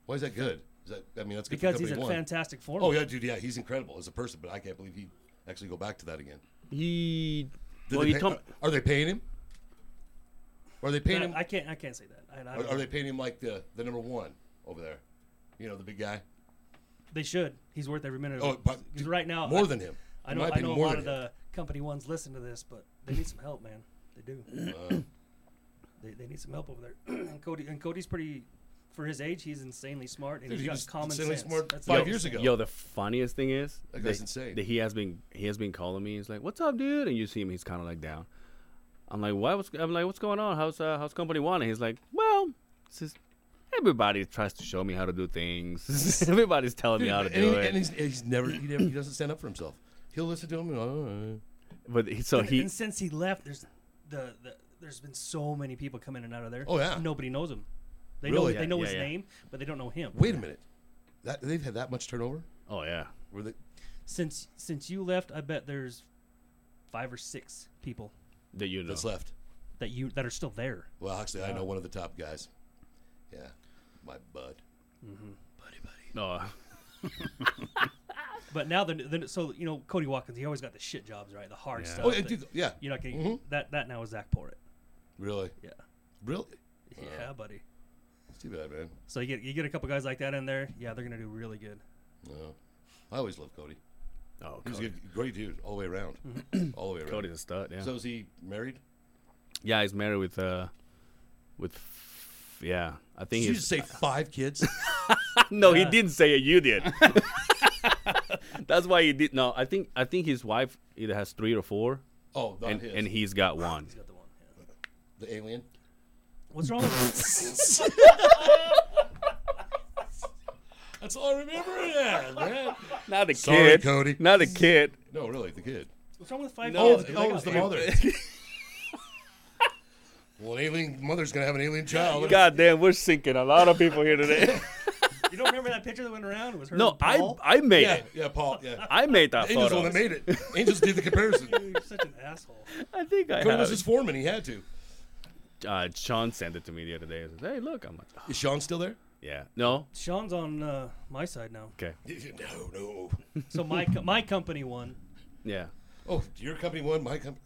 Why is that good? Is that I mean that's good for
Because he's in
company one.
fantastic form.
Oh yeah, dude. Yeah, he's incredible as a person, but I can't believe he actually go back to that again.
He.
Did
well,
they
he
pay-
told.
are, are they paying him? Are they paying
That-
him?
I can't. I can't say that. I, I
Are,
don't
are
know.
they paying him like the the number one over there? You know the big guy.
They should. He's worth every minute. Of
Oh,
it.
but
'Cause right now,
more
I,
than him.
I
In
know.
my
I know
opinion,
a
more
lot
than
of
him.
the Company One's listen to this, but they need some help, man. They do.
Uh,
They, they need some help over there. and Cody and Cody's pretty, for his age, he's insanely smart and
Dude,
he's
he
got
was
common
insanely
sense.
smart
That's
five
the
years
thing.
ago.
Yo, the funniest thing is
That guy's insane.
That he has been he has been calling me. He's like, "What's up, dude?" And you see him, he's kind of like down. I'm like, "Why?" Was, I'm like, "What's going on? How's uh, how's company one?" And he's like, "Well, it's just everybody tries to show me how to do things. Everybody's telling
dude,
me how to
and,
do
he,
it."
and he's, he's never he never he doesn't stand up for himself. He'll listen to him. And, uh,
but he, so
And,
he
and since he left, there's the, the there's been so many people coming in and out of there.
Oh, yeah.
Nobody knows him. They know
Really?
they know
Yeah,
his
yeah, yeah.
name, but they don't know him.
wait a minute, that they've had that much turnover.
oh yeah,
Were they?
Since since you left, I bet there's five or six people
that you know.
That's left.
that you that are still there.
Well, actually, I know one of the top guys. Yeah, my bud.
No,
But now the, the so you know Cody Watkins, he always got the shit jobs, right? The hard
Yeah.
stuff.
Oh, yeah,
that
dude, yeah.
You're not getting that that now is Zach Porritt.
Really,
Yeah.
really.
Yeah, buddy.
It's too bad, man.
So you get you get a couple guys like that in there, yeah, they're gonna do really good.
No. I always loved Cody.
oh,
He
Cody,
was a
Mm-hmm.
good- great dude all the way around. all the way around.
Cody's a stud. Yeah,
So is he married?
yeah, he's married with uh, with f- yeah. I think
Did you
he's
just say five kids?
No, he
Yeah.
didn't say it. You did. That's why he did. No, I think I think his wife either has three or four,
Oh, not
and,
his.
and he's got one.
He's got the one. yeah.
the alien.
What's wrong with
That's all I remember. Yeah, man.
Not a
Sorry,
kid,
Cody.
Not a kid.
No, really, the kid.
what's wrong with five
No,
kids?
it-
They
oh,
got
it's the
five-
mother. Well, an alien mother's gonna have an alien child.
God damn, we're sinking a lot of people here today.
You don't remember that picture that went around? It was her.
no,
and
I
Paul?
I made
Yeah,
it.
yeah, Paul. Yeah.
I made that
Angel's the one
photo.
that made it. Angels did the comparison.
You're such an asshole.
I think I
Cody
have.
was his foreman. He had to.
it. uh, Sean sent it to me the other day. He says, hey, look, I'm like, "Oh,
Is Sean still there?
yeah, no,
Sean's on uh, my side now.
okay,
No, no.
So my co- my company won.
yeah.
Oh, your company won. My company.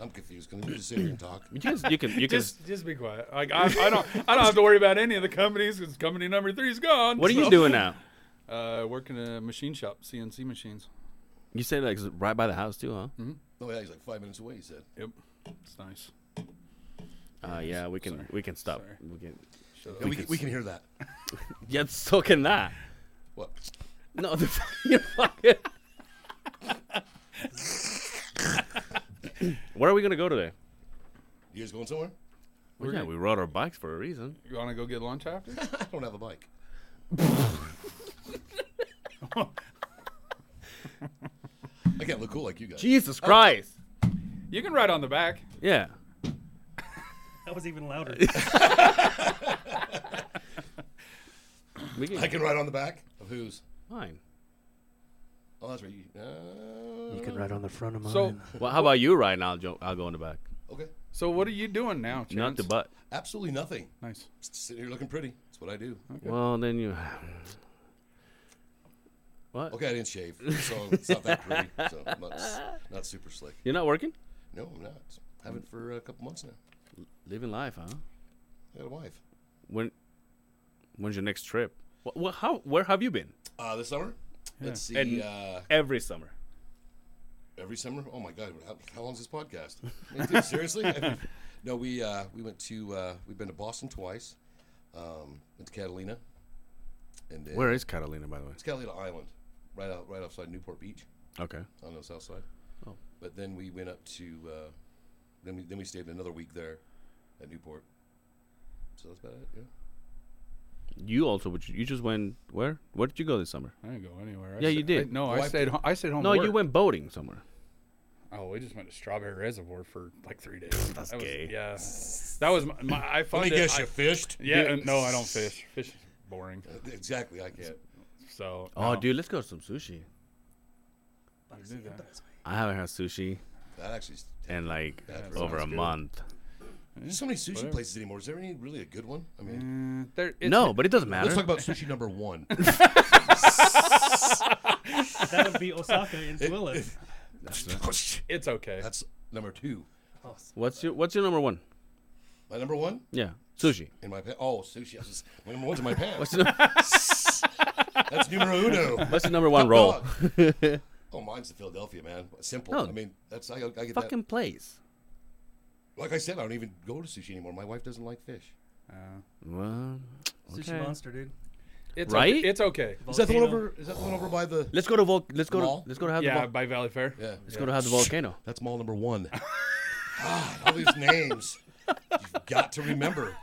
I'm confused. Can we just sit here and talk?
You can you can you can.
Just, just be quiet. Like I, I don't, I don't have to worry about any of the companies because company number three's gone.
what are you
so-
doing now?
Uh, working a machine shop, CNC machines.
You said like right by the house too, huh?
Oh, yeah, he's like five minutes away. He said.
Yep, it's nice.
Mm-hmm.
Uh, yeah, we can we can stop.
Sorry.
We can.
Shut
Yeah,
up.
we, can, we can hear that.
Yeah, so can that.
What?
No, the you fucking. Where are we gonna go today?
You guys going somewhere?
yeah, we rode our bikes for a reason.
You want to go get lunch after?
I don't have a bike. I can't look cool like you guys.
Jesus Christ!
You can ride on the back.
Oh. Yeah,
That was even louder.
we can.
I can ride on the back of whose?
Fine.
Oh, that's right. You, uh,
ride on the front of mine.
So,
Well, how about you right now? Joe? I'll go in the back.
Okay.
so what are you doing now? Chance?
Not the butt.
Absolutely nothing.
Nice.
Just sitting here looking pretty. That's what I do.
Well, then you. What?
Okay, I didn't shave, so it's not that pretty. So I'm not, not super slick.
You're not working?
No, I'm not. haven't for a couple months now.
Living life, huh?
I got a wife.
When? When's your next trip? What, what, how? Where have you been?
Uh, this summer? Let's see.
And-
uh,
Every summer.
every summer. Oh my god, how, how long's this podcast? I mean, dude, seriously? I mean, no, we uh, we went to uh, we've been to Boston twice. Um, went to Catalina, and then
Where is Catalina, by the way?
it's Catalina Island, right out right outside Newport Beach
Okay.
on the south side.
Oh.
But then we went up to uh, then we then we stayed another week there at Newport. So that's about it. Yeah.
You also, would you just went where? Where did you go this summer?
I didn't go anywhere. I
Yeah, you
sta-
did.
I, no,
Oh,
I
I-
stayed. Ho- I stayed home.
No,
to work.
you went boating somewhere.
Oh, we just went to Strawberry Reservoir for like three days. That's that was,
gay.
Yeah, that was my. my I found
Let me
it-
guess,
I-
you fished?
yeah, uh, no, I don't fish. Fish is boring.
Exactly. I can't.
So.
Oh,
no.
dude, let's go to some sushi. I haven't had sushi
That actually. is-
in like
that
over a
sounds good.
month.
There's so many sushi
Whatever.
places anymore. Is there any really a good one? I mean,
Uh, there, it's-
No, but it doesn't Mm, matter.
let's talk about sushi number one.
that would be Osaka and Twila.
it's okay.
That's number two.
Oh,
what's your What's your number one?
My number one
Yeah, sushi.
in my pants. Oh, sushi. I was just- my number one's in my pants.
What's your,
That's numero uno.
what's your number one roll?
dog. Oh, mine's the Philadelphia man. Simple.
Oh.
I mean, that's I, I get
Fucking place.
that. Like I said, I don't even go to sushi anymore. My wife doesn't like fish.
Well,
Sushi monster, dude.
Uh, It's
Right?
Okay. It's okay.
Is that the one
Volcano.
over? Is that the one over by the?
let's go to Vol- Let's go
Mall?
to. Let's go to have the.
Yeah,
Vol-
by Valley Fair.
Yeah,
let's go to have the volcano.
that's mall number one. God, all these names. You've got to remember.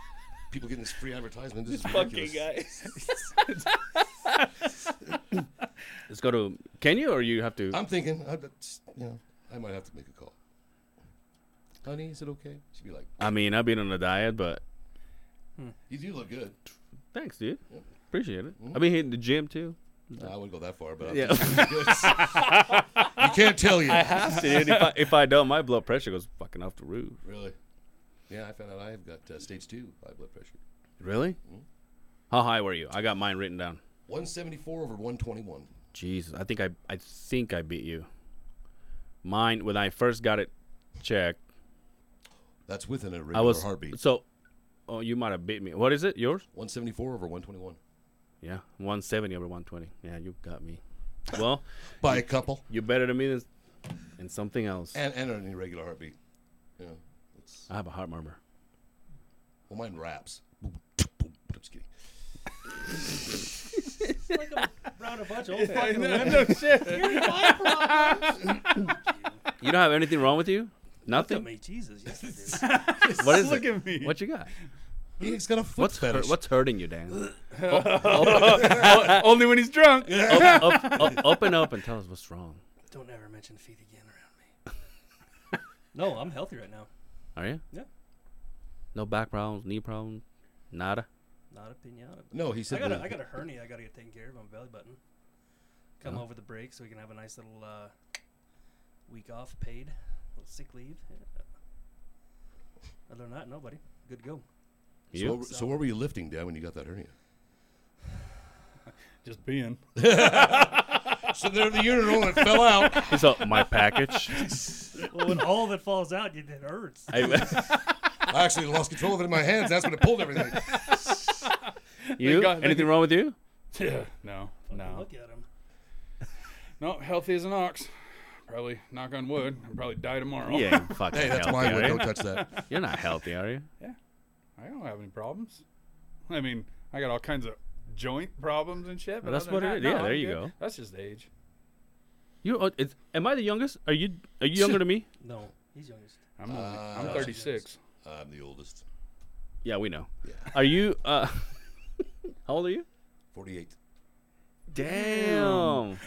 People getting this free advertisement. This is ridiculous.
Let's go to. Can you or you have to?
I'm thinking, I, that's- you know, I might have to make a call. Honey, is it okay? She'd be like,
I mean, I've been on a diet, but
"You do look good."
thanks, dude. Appreciate it.
Mm-hmm.
I've been hitting the gym too.
I wouldn't go that far, but
Yeah.
yeah. you can't tell you.
Dude, if, I, if I don't, my blood pressure goes fucking off the roof.
Really? Yeah, I found out I've got uh, stage two high blood pressure.
Really?
Mm-hmm.
How high were you? I got mine written down.
174 over 121.
Jesus, I think I I think I beat you. Mine when I first got it checked,
That's with an irregular
I was
heartbeat.
So, oh, you might have beat me. What is it? Yours?
174 over 121
Yeah, 170 over 120. Yeah, you got me. Well,
by a couple,
you're better than me than in something else.
and and an irregular heartbeat. You know, it's
I have a heart murmur.
well, mine raps. Just kidding.
Like a round a bunch of old
I
fucking
know,
women.
no shit.
You're my problem.
You don't have anything wrong with you?
Look at
Nothing.
me, Jesus. Yes, it is.
What is
Look
it?
at me.
What you got?
He's got a foot
What's hurt,
fetish.
what's hurting you, Dan? Oh,
Only when he's drunk. Oh.
Op- op- op- oh, open up and tell us what's wrong.
Don't ever mention feet again around me. No, I'm healthy right now.
Are you?
Yeah.
No back problems, knee problems, nada.
Not a pinata.
No, he
I
said.
got a,
the-
I got a hernia. I got to get taken care of on my belly button. Come over the break so we can have a nice little uh, week off, paid, little sick leave. Yeah. Other than that, nobody. Good to go.
so,
You?
what- so what were you lifting, Dan, when you got that hernia?
Just being.
So there in the urinal and it fell out.
He's up my package.
well, when all that falls out, it hurts.
I-
I actually lost control of it in my hands. That's when it pulled everything.
you?
God,
Anything wrong with you?
Yeah. No. No.
Look at him.
No. Healthy as an ox. Probably knock on wood. I'll probably die tomorrow.
Yeah, you fucking
Hey, that's
healthy,
my wood.
are you?
Don't touch that.
You're not healthy, are you?
I don't have any problems. I mean, I got all kinds of joint problems and shit. But
That's
other than
what it
that,
is. Yeah,
no,
there
I'm
you
good.
go.
That's just age.
You? oh, it's- am I the youngest? Are you? Are you younger than me?
No, he's youngest.
I'm only, I'm
Uh,
36.
I'm the oldest.
Yeah, we know.
Yeah.
Are you? Uh, how old are you?
48.
Damn.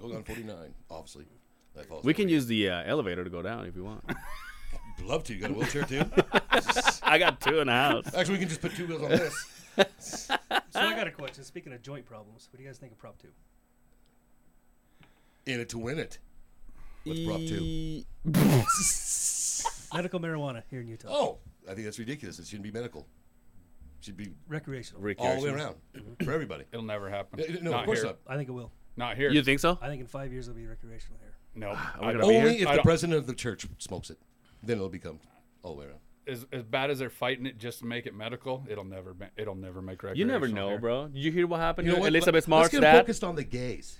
Going on 49, obviously. That falls
We can
under-
use the uh, elevator to go down if you want.
Love to. You got a wheelchair too?
I got two in the house.
actually, we can just put two wheels on this.
So I got a question. Speaking of joint problems, what do you guys think of Prop 2?
In it to win it. What's prop
E-
two?
Medical marijuana here in Utah.
Oh, I think that's ridiculous. It shouldn't be medical. It should be
Recreational.
all the way around for everybody.
It'll never happen.
Uh, No,
Mm-hmm. not
of course
here.
not.
I think it will.
Not here.
You think Ah, so?
I think in five years it'll be recreational here.
no.
we
I-
gonna be here?
Only if
I
the
don't-
president of the church smokes it, then it'll become all the way around.
as, as bad as they're fighting it just to make it medical, it'll never ma- it'll never make record.
You never know, bro. Did you hear what happened
You know
to
what?
E- Elizabeth
Let-
Smart's
Let's get
dad? Did
focused on the gays.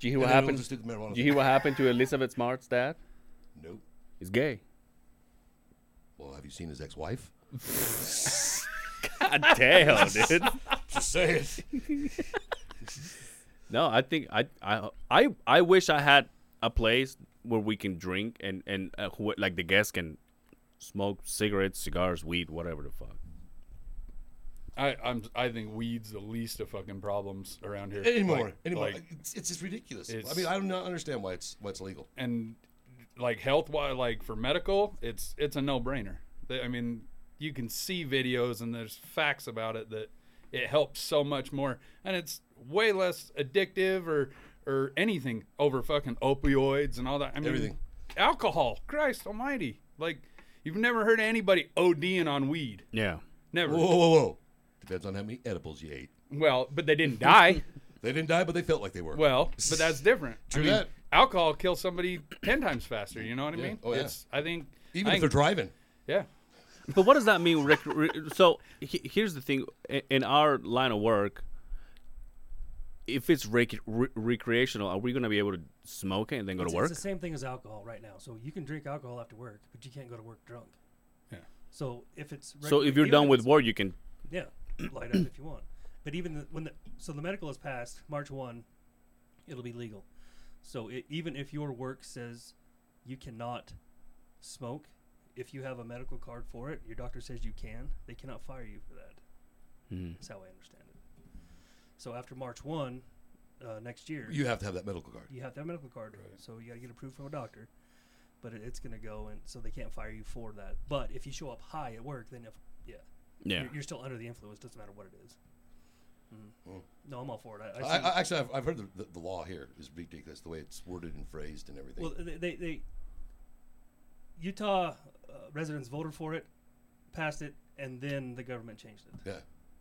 you hear what
And then we'll
happened?
just do the marijuana
Did you hear
thing.
what happened to Elizabeth Smart's dad?
Nope.
He's gay.
Well, have you seen his ex-wife?
God damn, dude.
Just say it.
No, I think I I I I wish I had a place where we can drink and and uh, who, like the guests can smoke cigarettes, cigars, weed, whatever the fuck.
I I'm, I think weed's the least of fucking problems around here
anymore.
Like-
anymore.
like-
it's, it's just ridiculous. I
It's-
mean, I do not understand why it's why it's legal.
and like health wise, like for medical, it's it's a no brainer. I mean, you can see videos and there's facts about it that it helps so much more, and it's way less addictive or or anything over fucking opioids and all that. I mean,
Everything.
alcohol, Christ Almighty! Like you've never heard anybody ODing on weed,
Yeah.
never.
Whoa, whoa, whoa, whoa. Depends on how many edibles you ate.
Well, but they didn't die.
They didn't die, but they felt like they were.
Well, but that's different.
True
I mean,
that.
Alcohol kills somebody ten times faster. You know what I mean?
Oh, yeah.
It's, I think.
even
I
if they're
think,
driving.
yeah.
But what does that mean? Rec- re- so he- here's the thing: I- in our line of work, if it's rec- re- recreational, are we gonna be able to smoke it and then go
it's,
to work?
It's the same thing as alcohol right now. So you can drink alcohol after work, but you can't go to work drunk.
Yeah.
So if it's
so
recre-
if you're
even
done with
it's-
work, you can.
Yeah, light up if you want. But even the, when the so the medical is passed March one, it'll be legal. So i even if your work says you cannot smoke, if you have a medical card for it, your doctor says you can, they cannot fire you for that.
Mhm.
That's how I understand it. So after March one, uh, next year,
You have to have that medical card.
you have to have a medical card,
Right.
so you got to get approved from a doctor. But it, it's gonna go, and so they can't fire you for that. But if you show up high at work, then if yeah,
Yeah.
you're, you're still under the influence. Doesn't matter what it is. Mhm.
Mm.
No, I'm all for it. I, I
I,
see-
I, actually, I've, I've heard the, the, the law here is ridiculous, the way it's worded and phrased and everything.
well, they, they, they Utah uh, residents voted for it, passed it, and then the government changed it.
yeah.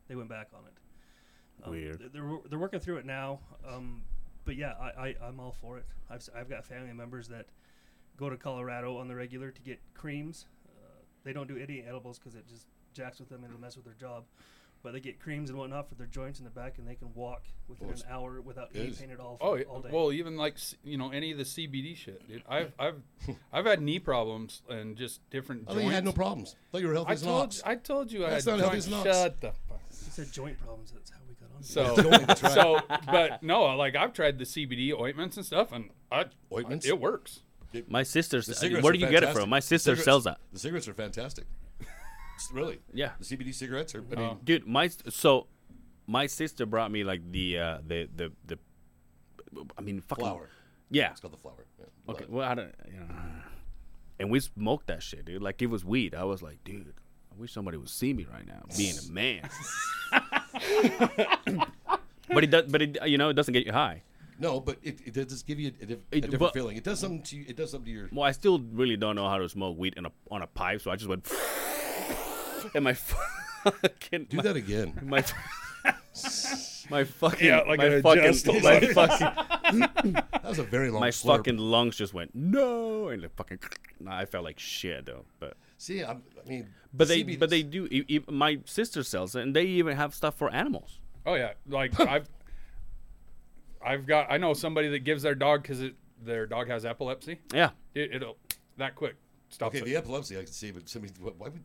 They went back on it. Um,
Weird.
th- They're, wor- they're working through it now. Um, but yeah, I, I, I'm all for it. I've, s- I've got family members that go to Colorado on the regular to get creams. Uh, they don't do any edibles because it just jacks with them and it'll mess with their job. But they get creams and whatnot for their joints in the back, and they can walk within
Well,
an
it's-
hour without
it
any
is-
pain at all. For,
Oh, yeah.
all day.
well, even like s- you know any of the CBD shit, dude. I've I've I've had knee problems and just different.
I thought you had no
joints.
problems. I thought you were healthy
I
as an
told
ox.
I told you I
That's
had
not healthy as
joints.
an ox.
Shut the fuck.
He said joint problems. That's how we got on. here.
So
Joints, right.
so but no, like I've tried the CBD ointments and stuff, and I
Ointments?
it works.
My sister's.
The cigarettes
Where
are
do you get it
fantastic.
from? My
The
sister
cigarettes-
sells that.
The cigarettes are fantastic. S- really?
Yeah.
The CBD cigarettes are. I mean,
dude my so my sister brought me like the uh the the the i mean fucking
flower.
yeah
It's called the flower. Yeah, love
okay
it.
well i don't you know and we smoked that shit dude like it was weed i was like dude i wish somebody would see me right now being a man but it does but it you know it doesn't get you high
No, but it, it does give you a, a, diff- a
It-
different
but-
feeling. It does something to you. It does something to your.
well i still really don't know how to smoke weed in a, on a pipe so i just went and my fucking
Do
my-
that again.
my my fucking
Yeah, like
my
an adjust
fucking,
or
my
something.
fucking
That was a very long.
my
slurp.
fucking lungs just went no and the fucking nah, I felt like shit though but
See, I'm, I mean,
but they
CBD
but they do e- e- my sister sells it and they even have stuff for animals
Oh yeah, like I've I've got I know somebody that gives their dog because their dog has epilepsy.
yeah
It, it'll that quick stops
Okay,
it.
the epilepsy I can see, but somebody, wh- why would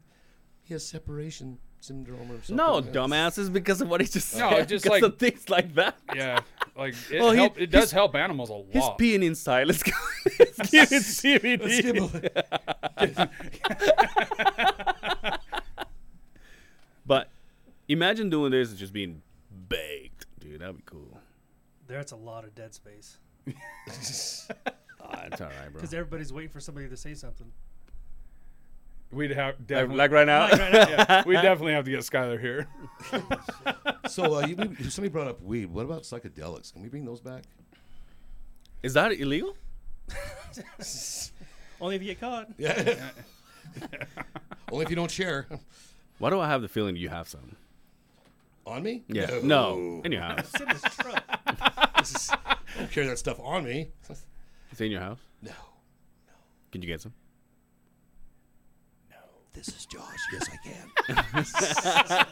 he has separation syndrome or something?
no
Yeah.
dumbasses because of what he just
No,
said
just
because
like-
of things like that
Yeah, like it,
Well, he-
help, it does
he's-
help animals a lot.
he's peeing inside let's go let's give it
Let's give
CBD
a-
but imagine doing this and just being baked dude that'd be cool
There's a lot of dead space
Ah, it's all right bro
because everybody's waiting for somebody to say something.
We'd have
like,
definitely,
like right now
yeah, we definitely have to get Skylar here.
so uh, you, maybe- somebody brought up weed. What about psychedelics? Can we bring those back?
is that illegal
Only if you get caught.
Yeah. Only if you don't share.
why do I have the feeling you have some
On me?
yeah no in your house
It's in his truck.
Don't carry that stuff on me.
it's in your house
No.
can you get some
This is Josh. Yes, I can.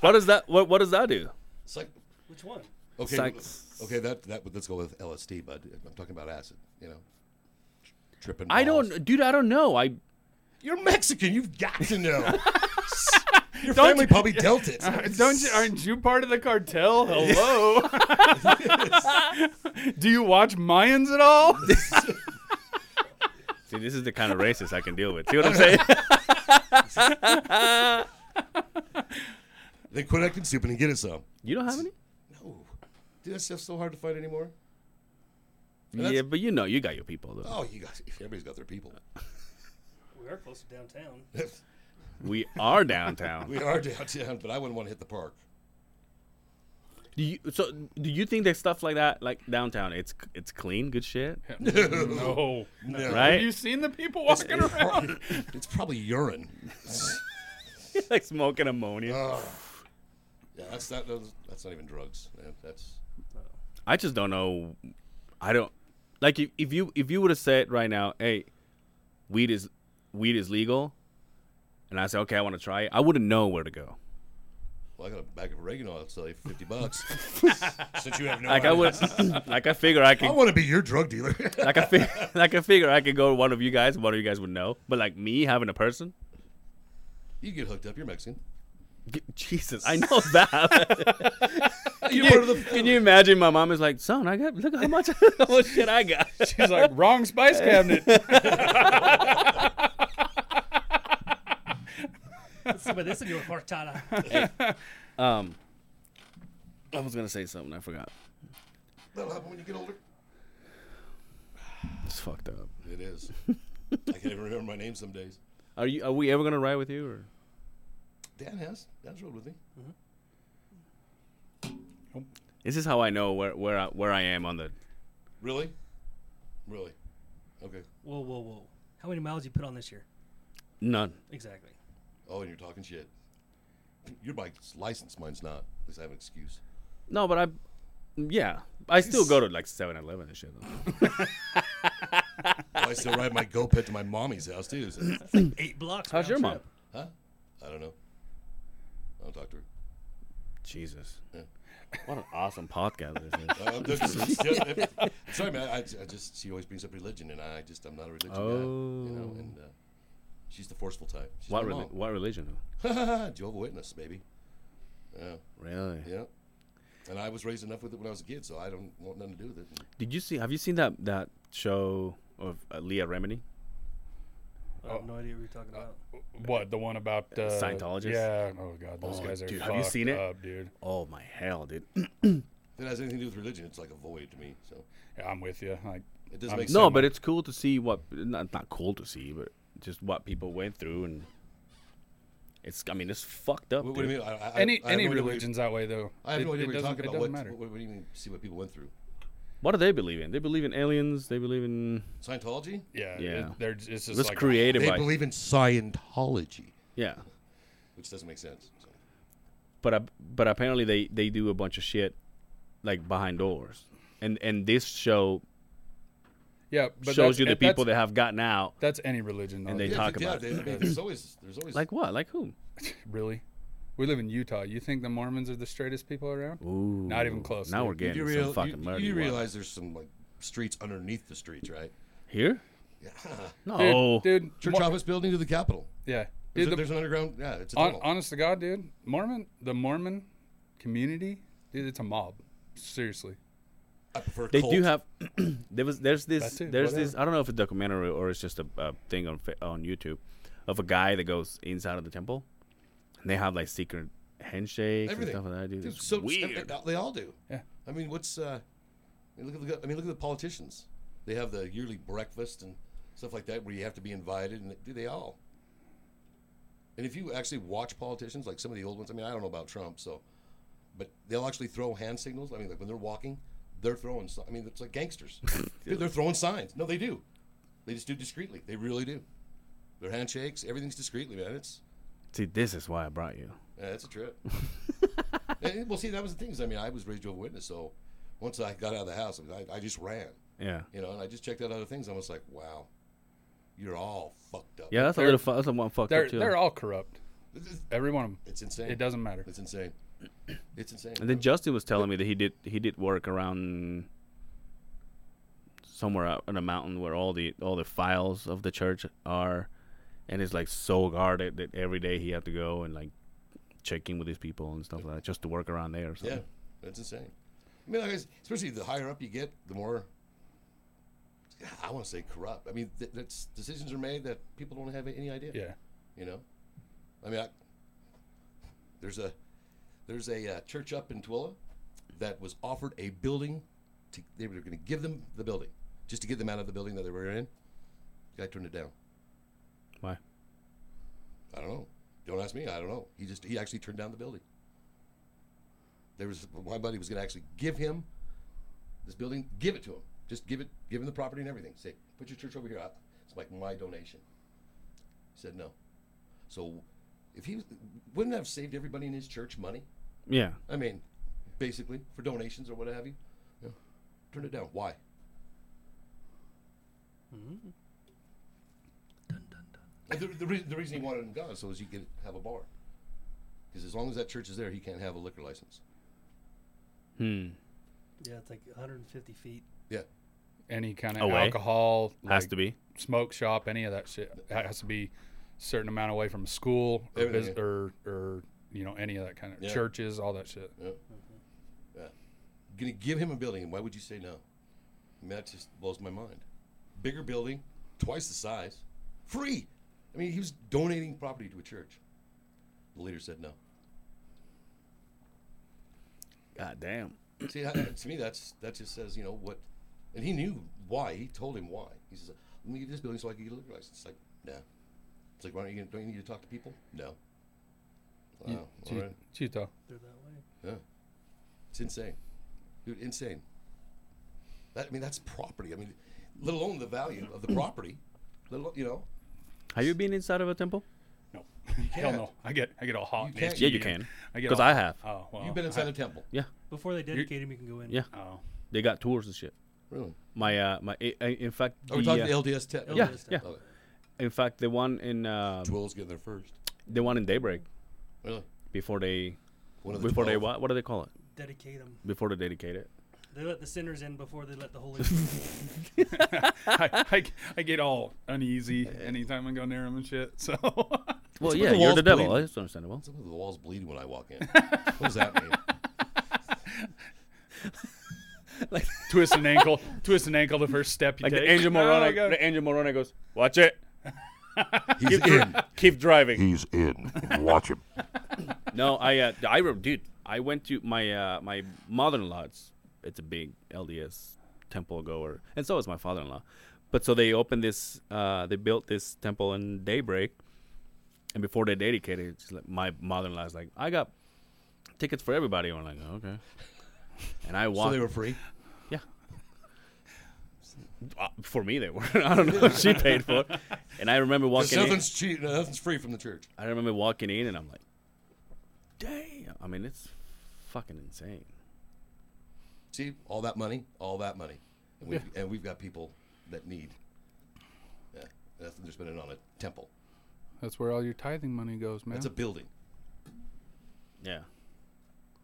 What does that what what does that do?
It's like
Which one?
okay,
Psych-
okay. That that let's go with LSD, bud. I'm talking about acid. You know, tripping.
I
balls.
don't dude, I don't know. I
You're Mexican. You've got to know. Your family probably dealt it.
Don't you? Aren't you part of the cartel? Hello. Do you watch Mayans at all?
see this is the kind of racist I can deal with. See what I'm saying?
They quit acting stupid and get it some.
you don't have any?
No, dude, that stuff's so hard to find anymore. that's-
Yeah, but you know you got your people though.
Oh, you guys, everybody's got their people.
We are close to downtown.
We are downtown.
we are downtown, but I wouldn't want to hit the park.
do you, so do you think that stuff like that like downtown it's it's clean, good shit?
No.
No.
Have
Right?
you seen the people walking
It's
around?
probably, it's probably urine.
like smoking ammonia.
Ugh. yeah, that's that. those- That's not even drugs. Man. That's
I just don't know I don't like if, if you if you would have said right now, "Hey, weed is weed is legal." And I said, "Okay, I want to try it." I wouldn't know where to go.
Well, I got a bag of oregano. I'll sell you for fifty bucks. Since you have no,
Like I
idea.
would, like I figure I
I
could,
want to be your drug dealer.
like I fig, like I figure I could go to one of you guys. One of you guys would know, but like me having a person,
you get hooked up. You're Mexican.
G- Jesus, I know that.
You're
can,
part of
you,
the-
can you imagine? My mom is like, son, I got look how much, how much shit I got.
She's like, wrong spice cabinet.
Some of this in your horchata.
Um, I was gonna say something, I forgot.
That'll happen when you get older.
It's fucked up.
It is. I can't even remember my name some days.
Are you? Are we ever gonna ride with you? Or
Dan has. Dan's rode with me.
this is how I know where where I, where I am on the.
Really? Really? Okay.
Whoa, whoa, whoa! How many miles you put on this year?
None.
Exactly.
Oh, and you're talking shit. Your bike's licensed, mine's not. At least I have an excuse.
No, but I. Yeah, I still go to like 7-Eleven and shit. though.
Well, I still ride my GoPet to my mommy's house too. so-
Eight blocks.
How's
round
your mom?
trip.
huh? I don't know. I don't talk to her.
Jesus.
Yeah.
What an awesome podcast this is.
Uh, I'm just- yeah, I'm- sorry, man. I, I just she always brings up religion, and I just I'm not a religion guy. You know,
Oh.
and uh, she's the forceful type. She's
What,
my
reli- what religion?
mom. Jehovah Witness, baby. Yeah,
Really?
yeah. And I was raised enough with it when I was a kid, so I don't want nothing to do with it.
Did you see? Have you seen that that show of uh, Leah Remini?
I have no idea what you're talking about.
what the one about uh,
Scientologists?
Yeah. Oh god, those
Oh,
guys are.
dude, have you seen
fucked
it?
up, dude?
Oh my hell, dude!
If it has anything to do with religion, it's like a void to me. So
Yeah, I'm with you. Like,
it doesn't
I'm-
make sense.
no, but it's cool to see what not not cool to see, but just what people went through, and it's I mean it's fucked up.
What, what
dude.
do you mean? I, I, I-
any
I have no
any
idea what you-
religions that way though.
I have
It-
no idea
it
what you're
doesn't-
talking
it
about. What,
doesn't matter.
what, what do you mean? See what people went through?
What do they believe in? They believe in aliens. They believe in
Scientology?
Yeah.
Yeah.
It, they're just, it's just
this
like
created by
in Scientology,
yeah.
which doesn't make sense. So.
But ap- but apparently they they do a bunch of shit like behind doors, and and this show
Yeah, but
shows you the
that's-
people that
that's-
have gotten out.
That's any religion though.
And they
Yeah,
talk
yeah,
about
they-
it.
I mean, there's always there's always
Like what? Like who?
Really? We live in Utah. You think the Mormons are the straightest people around?
Ooh,
Not even close,
Now
dude.
we're
You
getting
do
some
real-
fucking
you,
murder.
you realize there's some like streets underneath the streets, right?
here?
Yeah.
Dude,
No,
dude.
Church
Mor-
office building to the Capitol.
yeah.
There's,
Dude,
a-
the,
there's an underground. Yeah, it's a
hon-
tunnel.
honest to God, dude, Mormon, the Mormon community, dude, it's a mob. Seriously.
I prefer
they
cult.
do have. there was there's this
That's it,
there's
whatever.
this I don't know if it's a documentary or it's just a, a thing on fa- on YouTube of a guy that goes inside of the temple, and they have like secret handshakes
everything.
and stuff like that. Dude,
Dude,
it's
so
weird.
They all do.
Yeah.
I mean, what's uh, I mean, look at the I mean, look at the politicians. They have the yearly breakfast and stuff like that where you have to be invited, and do they all? And if you actually watch politicians, like some of the old ones, I mean, I don't know about Trump, so, but they'll actually throw hand signals. I mean, like when they're walking, they're throwing. si- I mean, it's like gangsters. Dude, they're throwing signs. No, they do. They just do discreetly. They really do. Their handshakes, everything's discreetly, man. It's
See, this is why I brought you.
yeah, that's a trip. And- and, well, see, that was the thing. Is, I mean, I was raised to a witness, so once I got out of the house, I, mean, I, I just ran,
Yeah,
you know, and I just checked out other things. I was like, wow, you're all fucked up.
yeah. That's a little. Fu- that's a one fucked
They're
up too.
they're all corrupt.
It's-
Every one of them.
It's insane.
It doesn't matter.
It's insane. It's insane.
and then Justin was telling me that he did he did work around somewhere out in a mountain where all the all the files of the church are, and it's like so guarded that every day he had to go and like check in with his people and stuff like that just to work around there. Or
yeah,
something.
that's insane. I mean, like, I s- especially the higher up you get, the more I want to say corrupt. I mean, th- that's decisions are made that people don't have any idea.
Yeah.
You know, I mean, I, there's a there's a uh, church up in Twilla that was offered a building. To, they were going to give them the building just to get them out of the building that they were in. guy turned it down.
Why?
I don't know. Don't ask me. I don't know. He just he actually turned down the building. There was my buddy was going to actually give him this building, give it to him, just give it, give him the property and everything. Say, put your church over here. I- It's like my donation. He said no. So if he was, wouldn't have saved everybody in his church money.
Yeah.
I mean, basically for donations or what have you. Yeah. Turn it down. Why? And The, the, re- the reason he wanted him gone so is he could have a bar. 'Cause Because as long as that church is there, he can't have a liquor license.
Hmm.
Yeah, it's like 150 feet.
Yeah.
Any kind of
Away.
alcohol
Has
like
to be.
smoke shop, any of that shit that has to be a certain amount away from school or,
Everything,
vis-
yeah.
or or you know any of that kind of
Yeah.
churches, all that shit.
Yeah. yeah. Gonna give him a building, and why would you say no? I mean, that just blows my mind. Bigger building, twice the size, free. I mean, he was donating property to a church. The leader said no.
God damn.
See, that, to me, that's that just says you know what, and he knew why. He told him why. He says, "Let me get this building so I can get a liquor license." It's like, no. It's like, why don't you don't you need to talk to people? No. Wow.
Yeah,
all
Chi-
right.
Chito.
They're that way.
Yeah. It's insane. Dude, insane. That I mean that's property. I mean let alone the value of the property. Let alone, you know.
Have you been inside of a temple?
No, hell no. I get I get all hot.
You
and
can't.
itchy
Yeah, you
and-
can.
I get
Because
all-
I have.
Oh well.
You've been
I-
inside a temple.
Yeah,
Before they dedicate him, you can go in.
yeah.
Oh,
They got tours and shit.
Really?
My uh, my. i- i- In fact,
Are we
the,
talking
uh,
the LDS temple?
yeah,
LDS
yeah.
temple?
Okay.
In fact, the one in uh,
Twil's getting there first.
the one in Daybreak
Really?
before they
One of Oh, the
before they
12.
what what do they call it
Dedicate him.
before they dedicate it?
They let the sinners in before they let the holy. people
I, I, I get all uneasy anytime I go near him and shit. So
Well,
with
yeah,
the
you're
walls
the devil.
bleeding?
That's understandable.
Some of the walls bleed when I walk in. what does that mean?
twist an ankle, twist an ankle the first step you
Like
take. Oh,
the Angel
No, I
Morona,
go-
the Angel Morona goes, "Watch it,
He's in.
keep driving."
He's in. Watch him.
No, I uh, I re- dude, I went to my uh, my mother-in-law. It's, it's a big LDS temple goer, and so is my father-in-law. But so they opened this, uh, they built this temple in Daybreak, and before they dedicated, it, she's like, my mother-in-law's like, I got tickets for everybody. And I'm like, okay. And I
So
walked.
they were free.
yeah. Uh, For me, they were. I don't know. She paid for it, and I remember
'Cause
walking. in.
Nothing's cheap, nothing's free from the church.
I remember walking in and I'm like, damn. I mean, it's fucking insane.
See, all that money, all that money, and we've, and we've got people that need. Yeah, that's they're spending on a temple.
That's where all your tithing money goes, man.
That's a building.
Yeah.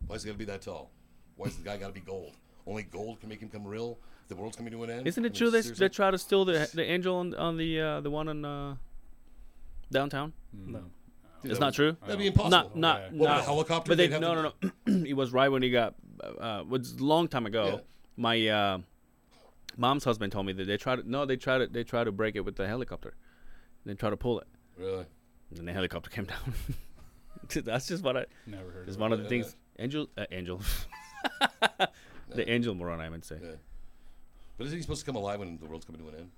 Why is it got to be that tall? Why is the guy got to be gold? Only gold can make him come real. The world's coming to an end.
Isn't
I
it
mean,
true they,
seriously?
they try to steal the the angel on, on the uh, the one in uh, downtown?
no.
Dude,
it's not
that would-
true.
That'd be impossible.
Not not
yeah.
not.
What, with a helicopter?
But they,
They'd have
no
to-
no no. it was right when he got. uh, Uh, was a long time ago.
Yeah.
My uh, mom's husband told me that they tried. To, no, they tried to they tried to break it with the helicopter. They tried to pull it,
Really?
and then the helicopter came down. That's just what I.
Never heard
It's
of
one of the
Yeah,
things. Angel, uh, angel, the angel moron. I would say.
Yeah. But isn't he supposed to come alive when the world's coming to an end?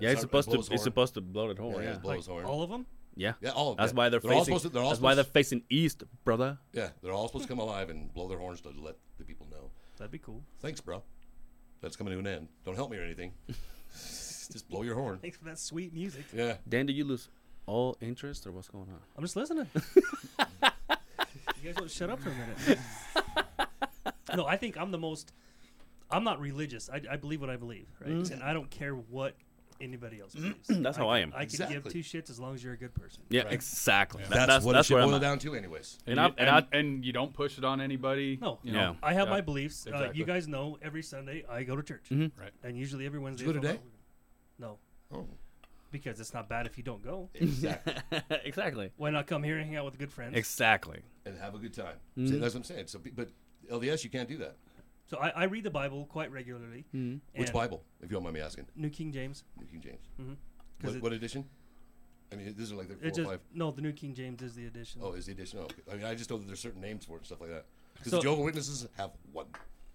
Yeah, it's
Sorry,
supposed to.
blow his
It's
horn.
supposed to blow that horn.
he
Yeah,
has blow his horn.
All of them?
yeah.
yeah, all of
That's
them.
why they're,
They're
facing.
all supposed to- they're all
that's why they're
supposed-
facing east, brother.
yeah, they're all supposed to come alive and blow their horns to let the people know.
That'd be cool.
Thanks, bro. That's coming to an end. Don't help me or anything. Just blow your horn.
Thanks for that sweet music.
Yeah.
Dan, did you lose all interest, or what's going on?
I'm just listening. you guys don't shut up for a minute. no, I think I'm the most. I'm not religious. I, I believe what I believe, right? And I don't care what anybody else believes.
Mm. That's how I am.
I can give
Exactly.
two shits as long as you're a good person.
Yeah, exactly. That-
That's,
that's
what
that's
it
where
should
I'm
boil
at.
down to, anyways.
And
And, you,
I- and
and,
I-
and you don't push it on anybody.
No,
you
Yeah.
know,
I have
Yeah.
my beliefs. Uh,
Exactly.
you guys know every Sunday I go to church,
Mm-hmm.
Right.
and usually every Wednesday.
you go
if I'm
today?
not working. No,
Oh,
because it's not bad if you don't go.
exactly.
exactly.
Why not come here and hang out with good friends?
Exactly.
and have a good time. See, that's what I'm saying. So, be- but LDS, you can't do that.
so I, I read the Bible quite regularly.
Mm.
Which
and
Bible, if you don't mind me asking?
New King James.
New King James.
'Cause
What,
it-
what edition? I mean, these are like the four
It
or
just
five.
no, the New King James is the edition.
Oh, is the edition? Oh, okay. I mean, I just know that there's certain names for it and stuff like that. Because
So-
the Jehovah Witnesses have one.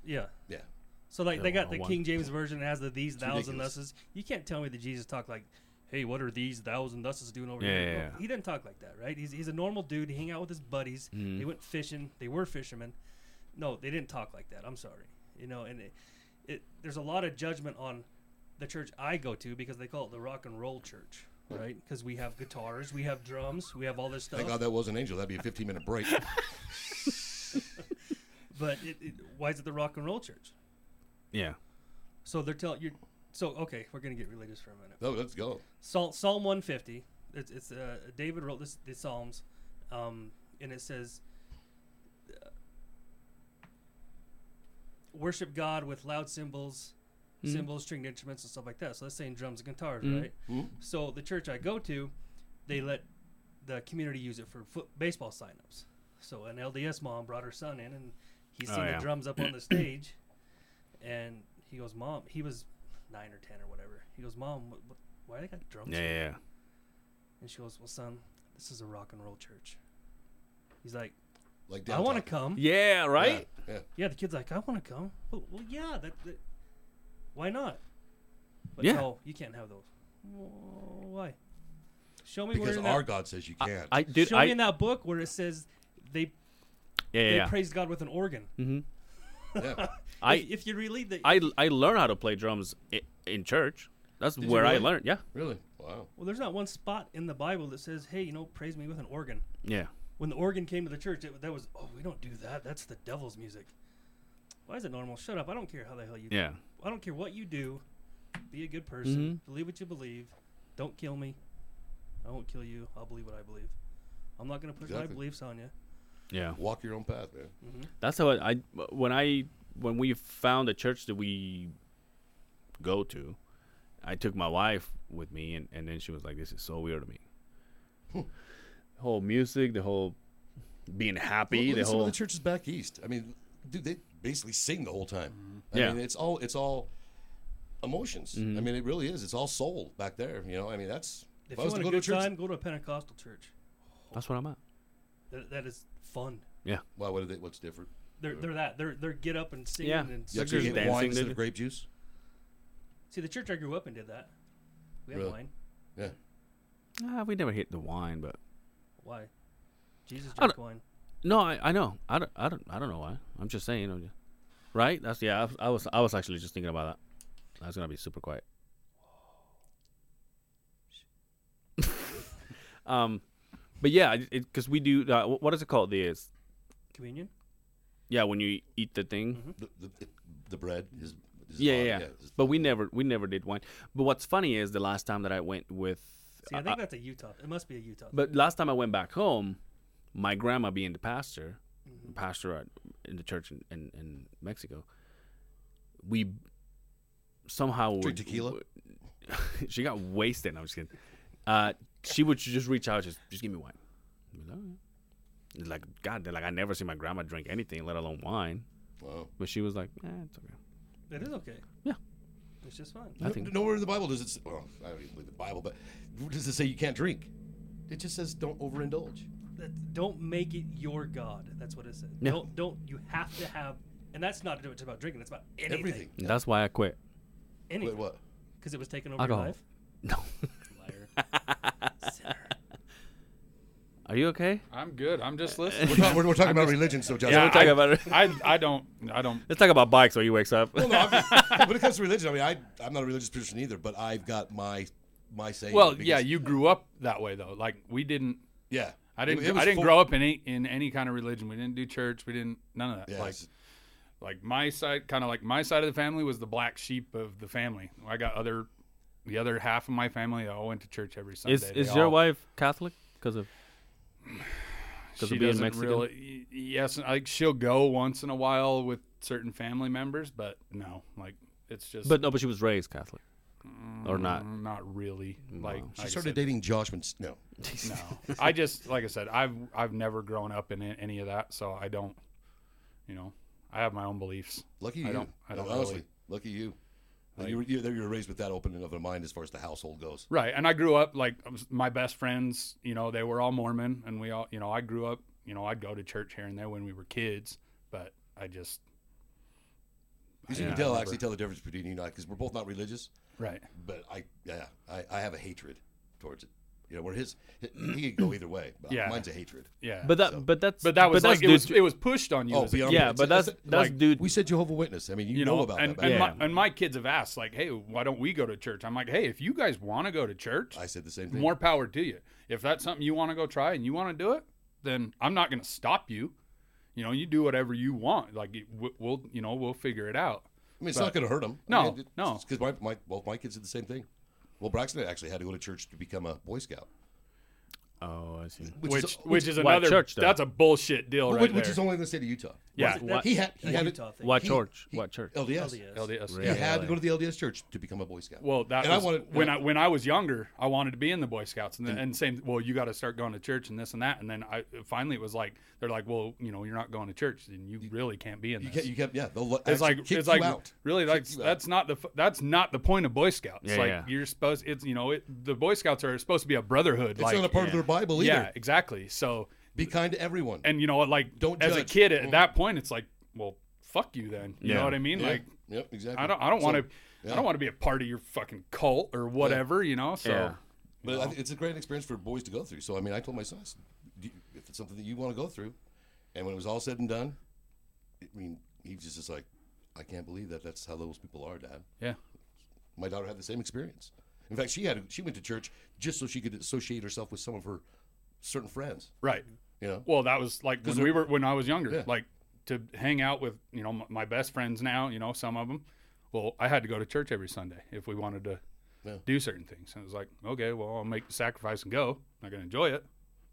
Yeah.
Yeah.
So like they
Yeah,
got the
one-
King James version that has the these thous and
ridiculous.
thuses. You can't tell me that Jesus talked like, "Hey, what are these thous and thuses doing over
Yeah,
here?"
yeah,
No,
yeah.
He didn't talk like that, right? He's, he's a normal dude. He hang out with his buddies.
Mm-hmm.
They went fishing. They were fishermen. No, they didn't talk like that. I'm sorry. You know, and it, it there's a lot of judgment on the church I go to because they call it the rock and roll church, right? Because we have guitars, we have drums, we have all this stuff.
Thank God that was an angel. That'd be a 15 minute break.
But it, it, why is it the rock and roll church?
Yeah.
So they're telling you. So okay, we're gonna get religious for a minute.
no, let's go.
Psalm, Psalm 150. It's, it's uh, David wrote this the Psalms, um, and it says, uh, "Worship God with loud cymbals, cymbals, stringed instruments, and stuff like that." So that's saying drums and guitars, right?
Hmm.
So the church I go to, they let the community use it for foot baseball signups. So an LDS mom brought her son in, and he's
Oh,
seen
yeah.
the drums up on the stage, and he goes, "Mom," he was nine or ten or whatever. He goes, "Mom, what, what, why they got drums?"
Yeah,
here?"
yeah, yeah.
And she goes, "Well, son, this is a rock and roll church." He's like,
Like
"I
down
want to
top.
come."
Yeah, right?
Yeah, yeah.
Yeah, the kid's like, "I want to come." Well, well yeah, that, that- Why not? But
Yeah.
no, you can't have those. "Wh- Why? Show me
Because
where in
our
that,
God says you can't.
I dude,
show
I
me
yeah,
in that book where it says they
yeah,
they
yeah. Mm-hmm.
praise God with an organ.
yeah.
I
if, if you read the
I I learned how to play drums i- in church. That's
you
where I
really?
learned. Yeah,
Really? Wow.
well, there's not one spot in the Bible that says, "Hey, you know, praise me with an organ."
yeah.
when the organ came to the church, it, that was oh we don't do that. That's the devil's music. Why is it normal? Shut up! I don't care how the hell you.
Yeah.
I don't care what you do. Be a good person.
Mm-hmm.
Believe what you believe. Don't kill me. I won't kill you. I'll believe what I believe. I'm not gonna push my
Exactly.
beliefs on you.
Yeah,
Walk your own path, man.
that's how I, I when I when we found the church that we go to, I took my wife with me, and and then she was like, "This is so weird to me." the whole music, the whole being happy,
Look
the
at some
whole
of the churches back east. I mean, dude, they basically sing the whole time. I
Yeah. Mm-hmm.
mean, it's all it's all emotions. I mean, it really is. It's all soul back there. You know, I mean, that's.
If
I
you
was
want
to go
a good
to a church,
time, go to a Pentecostal church.
that's what I'm at.
That, that is fun.
Yeah,
well, what are they, what's different?
They're, they're that they're they're get up and singing
Yeah.
and
You
Like
singing.
actually
there's
get
dancing,
wine
they
instead
do.
of grape juice.
see the church I grew up in did that. We had
Really?
wine.
Yeah.
Ah, we never hit the wine, but
Why? Jesus
don't-
drank wine.
no, I, I know. I don't, I don't I don't know why. I'm just saying, I'm just, right? That's yeah. I, was- I was I was actually just thinking about that. That's gonna be super quiet. um, but yeah, because we do. Uh, wh- what is it called? The it's-
Communion.
yeah, when you eat the thing.
Hmm?
The, the, the bread is. is
Yeah, yeah,
body,
yeah.
it's-
But we never we never did wine. But what's funny is the last time that I went with,
See, I
I-
think
I-
that's a Utah. It must be a Utah.
but last time I went back home, my grandma being the pastor,
Mm-hmm.
pastor at, in the church in, in, in Mexico, we somehow would-
Drink tequila?
would- she got wasted. No, I'm just kidding. Uh, she would just reach out, just just give me wine. I'd be like, "All right." Like God, like I never see my grandma drink anything, let alone wine.
Wow.
But she was like, eh, it's okay.
It is okay.
Yeah.
It's just fun.
I
No-
think-
nowhere in the Bible does it. Say, well, I don't even believe the Bible, but does it say you can't drink? It just says don't overindulge.
That- Don't make it your god. That's what it said.
Yeah.
Don't don't you have to have and that's not just about drinking, it's about anything.
Everything.
And that's why I quit.
Wait,
Anything.
what?
Because it was taken over
Alcohol.
your life.
No,
Liar.
are you okay?
I'm good. I'm just
We're,
listening.
talk- we're, we're talking about religion, so John.
we're talking about it.
I, I don't I don't
Let's talk about bikes. So he wakes up.
Well, no, obviously- when it comes to religion, I mean, I, I'm not a religious person either, but I've got my my say.
Well,
because-
yeah, you grew up that way though. Like we didn't.
yeah.
I didn't.
It was
I didn't
full-
grow up in any, in any kind of religion. We didn't do church. We didn't none of that.
Yeah,
Like
it's-
like my side, kind of like my side of the family was the black sheep of the family. I got other, the other half of my family that all went to church every Sunday.
Is
They
is your
all-
wife Catholic? Because of of
she
being
doesn't
Mexican?
really. y- Yes, like she'll go once in a while with certain family members, but no, like it's just.
but no, but she was raised Catholic, or not?
mm, not really. Like
She
like I
started
said,
dating Josh when s- no.
No, I just like I said, I've I've never grown up in a- any of that, so I don't, you know, I have my own beliefs.
Lucky you.
I don't. I don't
honestly,
really.
lucky you. you, were, you, you were raised with that open of a mind as far as the household goes.
Right, and I grew up like I was- my best friends. You know, they were all Mormon, and we all, you know, I grew up. You know, I'd go to church here and there when we were kids, but I just
Because you
Yeah,
can tell,
I
actually, tell the difference between you and I, because we're both not religious,
right.
but I, yeah, I, I have a hatred towards it. You know, where his, he could go either way, but
Yeah.
mine's a hatred.
Yeah,
But that,
So-
but that's,
but that was
that's
like it
due
was
to-
it was pushed on you.
Oh,
as a
beyond-
yeah,
it's-
but that's
it's-
that's
like,
due.
We said Jehovah Witness. I mean, you, know, about
and,
that. back
And,
then.
Yeah.
my, and my kids have asked like, "Hey, why don't we go to church?" I'm like, "Hey, if you guys want to go to church,
I said the same thing.
more power to you. If that's something you want to go try and you want to do it, then I'm not going to stop you. You know, you do whatever you want. Like it- we- we'll, you know, we'll figure it out.
I mean, it's not going to hurt him.
No, no.
Because my, my, both my kids did the same thing. Well, Braxton actually had to go to church to become a Boy Scout.
Oh, I see.
which,
which
is,
which,
which,
is
White
another
Church, though.
that's a bullshit deal
which,
Oh, right
which
there.
is only in the state of Utah.
Yeah.
That-
What-
He had he
that's
had
a
it,
Utah thing.
What
he-
church?
he-
what church?
LDS.
LDS.
LDS.
He had
Really?
to go to the LDS church to become a Boy Scout.
Well, that
and
was
I wanted
when I when I was younger, I wanted to be in the Boy Scouts, and then, and same. Well, you got to start going to church and this and that, and then I finally it was like they're like, well, you know, you're not going to church, and you really can't be in
you
this.
kept, you kept yeah. They'll
it's like
kick
it's
you
like
out.
really that's
you out.
that's not the f- that's not the point of Boy Scouts.
Yeah,
like
yeah.
you're supposed it's you know it, the Boy Scouts are supposed to be a brotherhood.
It's
like
not a part of their Bible either.
yeah, exactly. So
Be kind to everyone.
and you know what, like
Don't
as a
judge.
kid at that point, it's like well, fuck you then. You
Yeah.
know what I mean?
yeah,
Like
yep, exactly.
I don't I don't
So,
want to
yeah.
I don't want to be a part of your fucking cult or whatever. You know so.
Yeah.
But I think it's a great experience for boys to go through. So I mean, I told my son, I said, Do you, if it's something that you want to go through, and when it was all said and done, I mean, he was just like, I can't believe that that's how those people are, Dad.
Yeah.
My daughter had the same experience. In fact, she had she went to church just so she could associate herself with some of her certain friends.
Right.
You know,
Well, that was like when we were when I was younger,
Yeah.
like to hang out with you know m- my best friends now. You know some of them. Well, I had to go to church every Sunday if we wanted to
Yeah.
do certain things, and it was like, okay, well, I'll make the sacrifice and go. I'm not gonna enjoy it,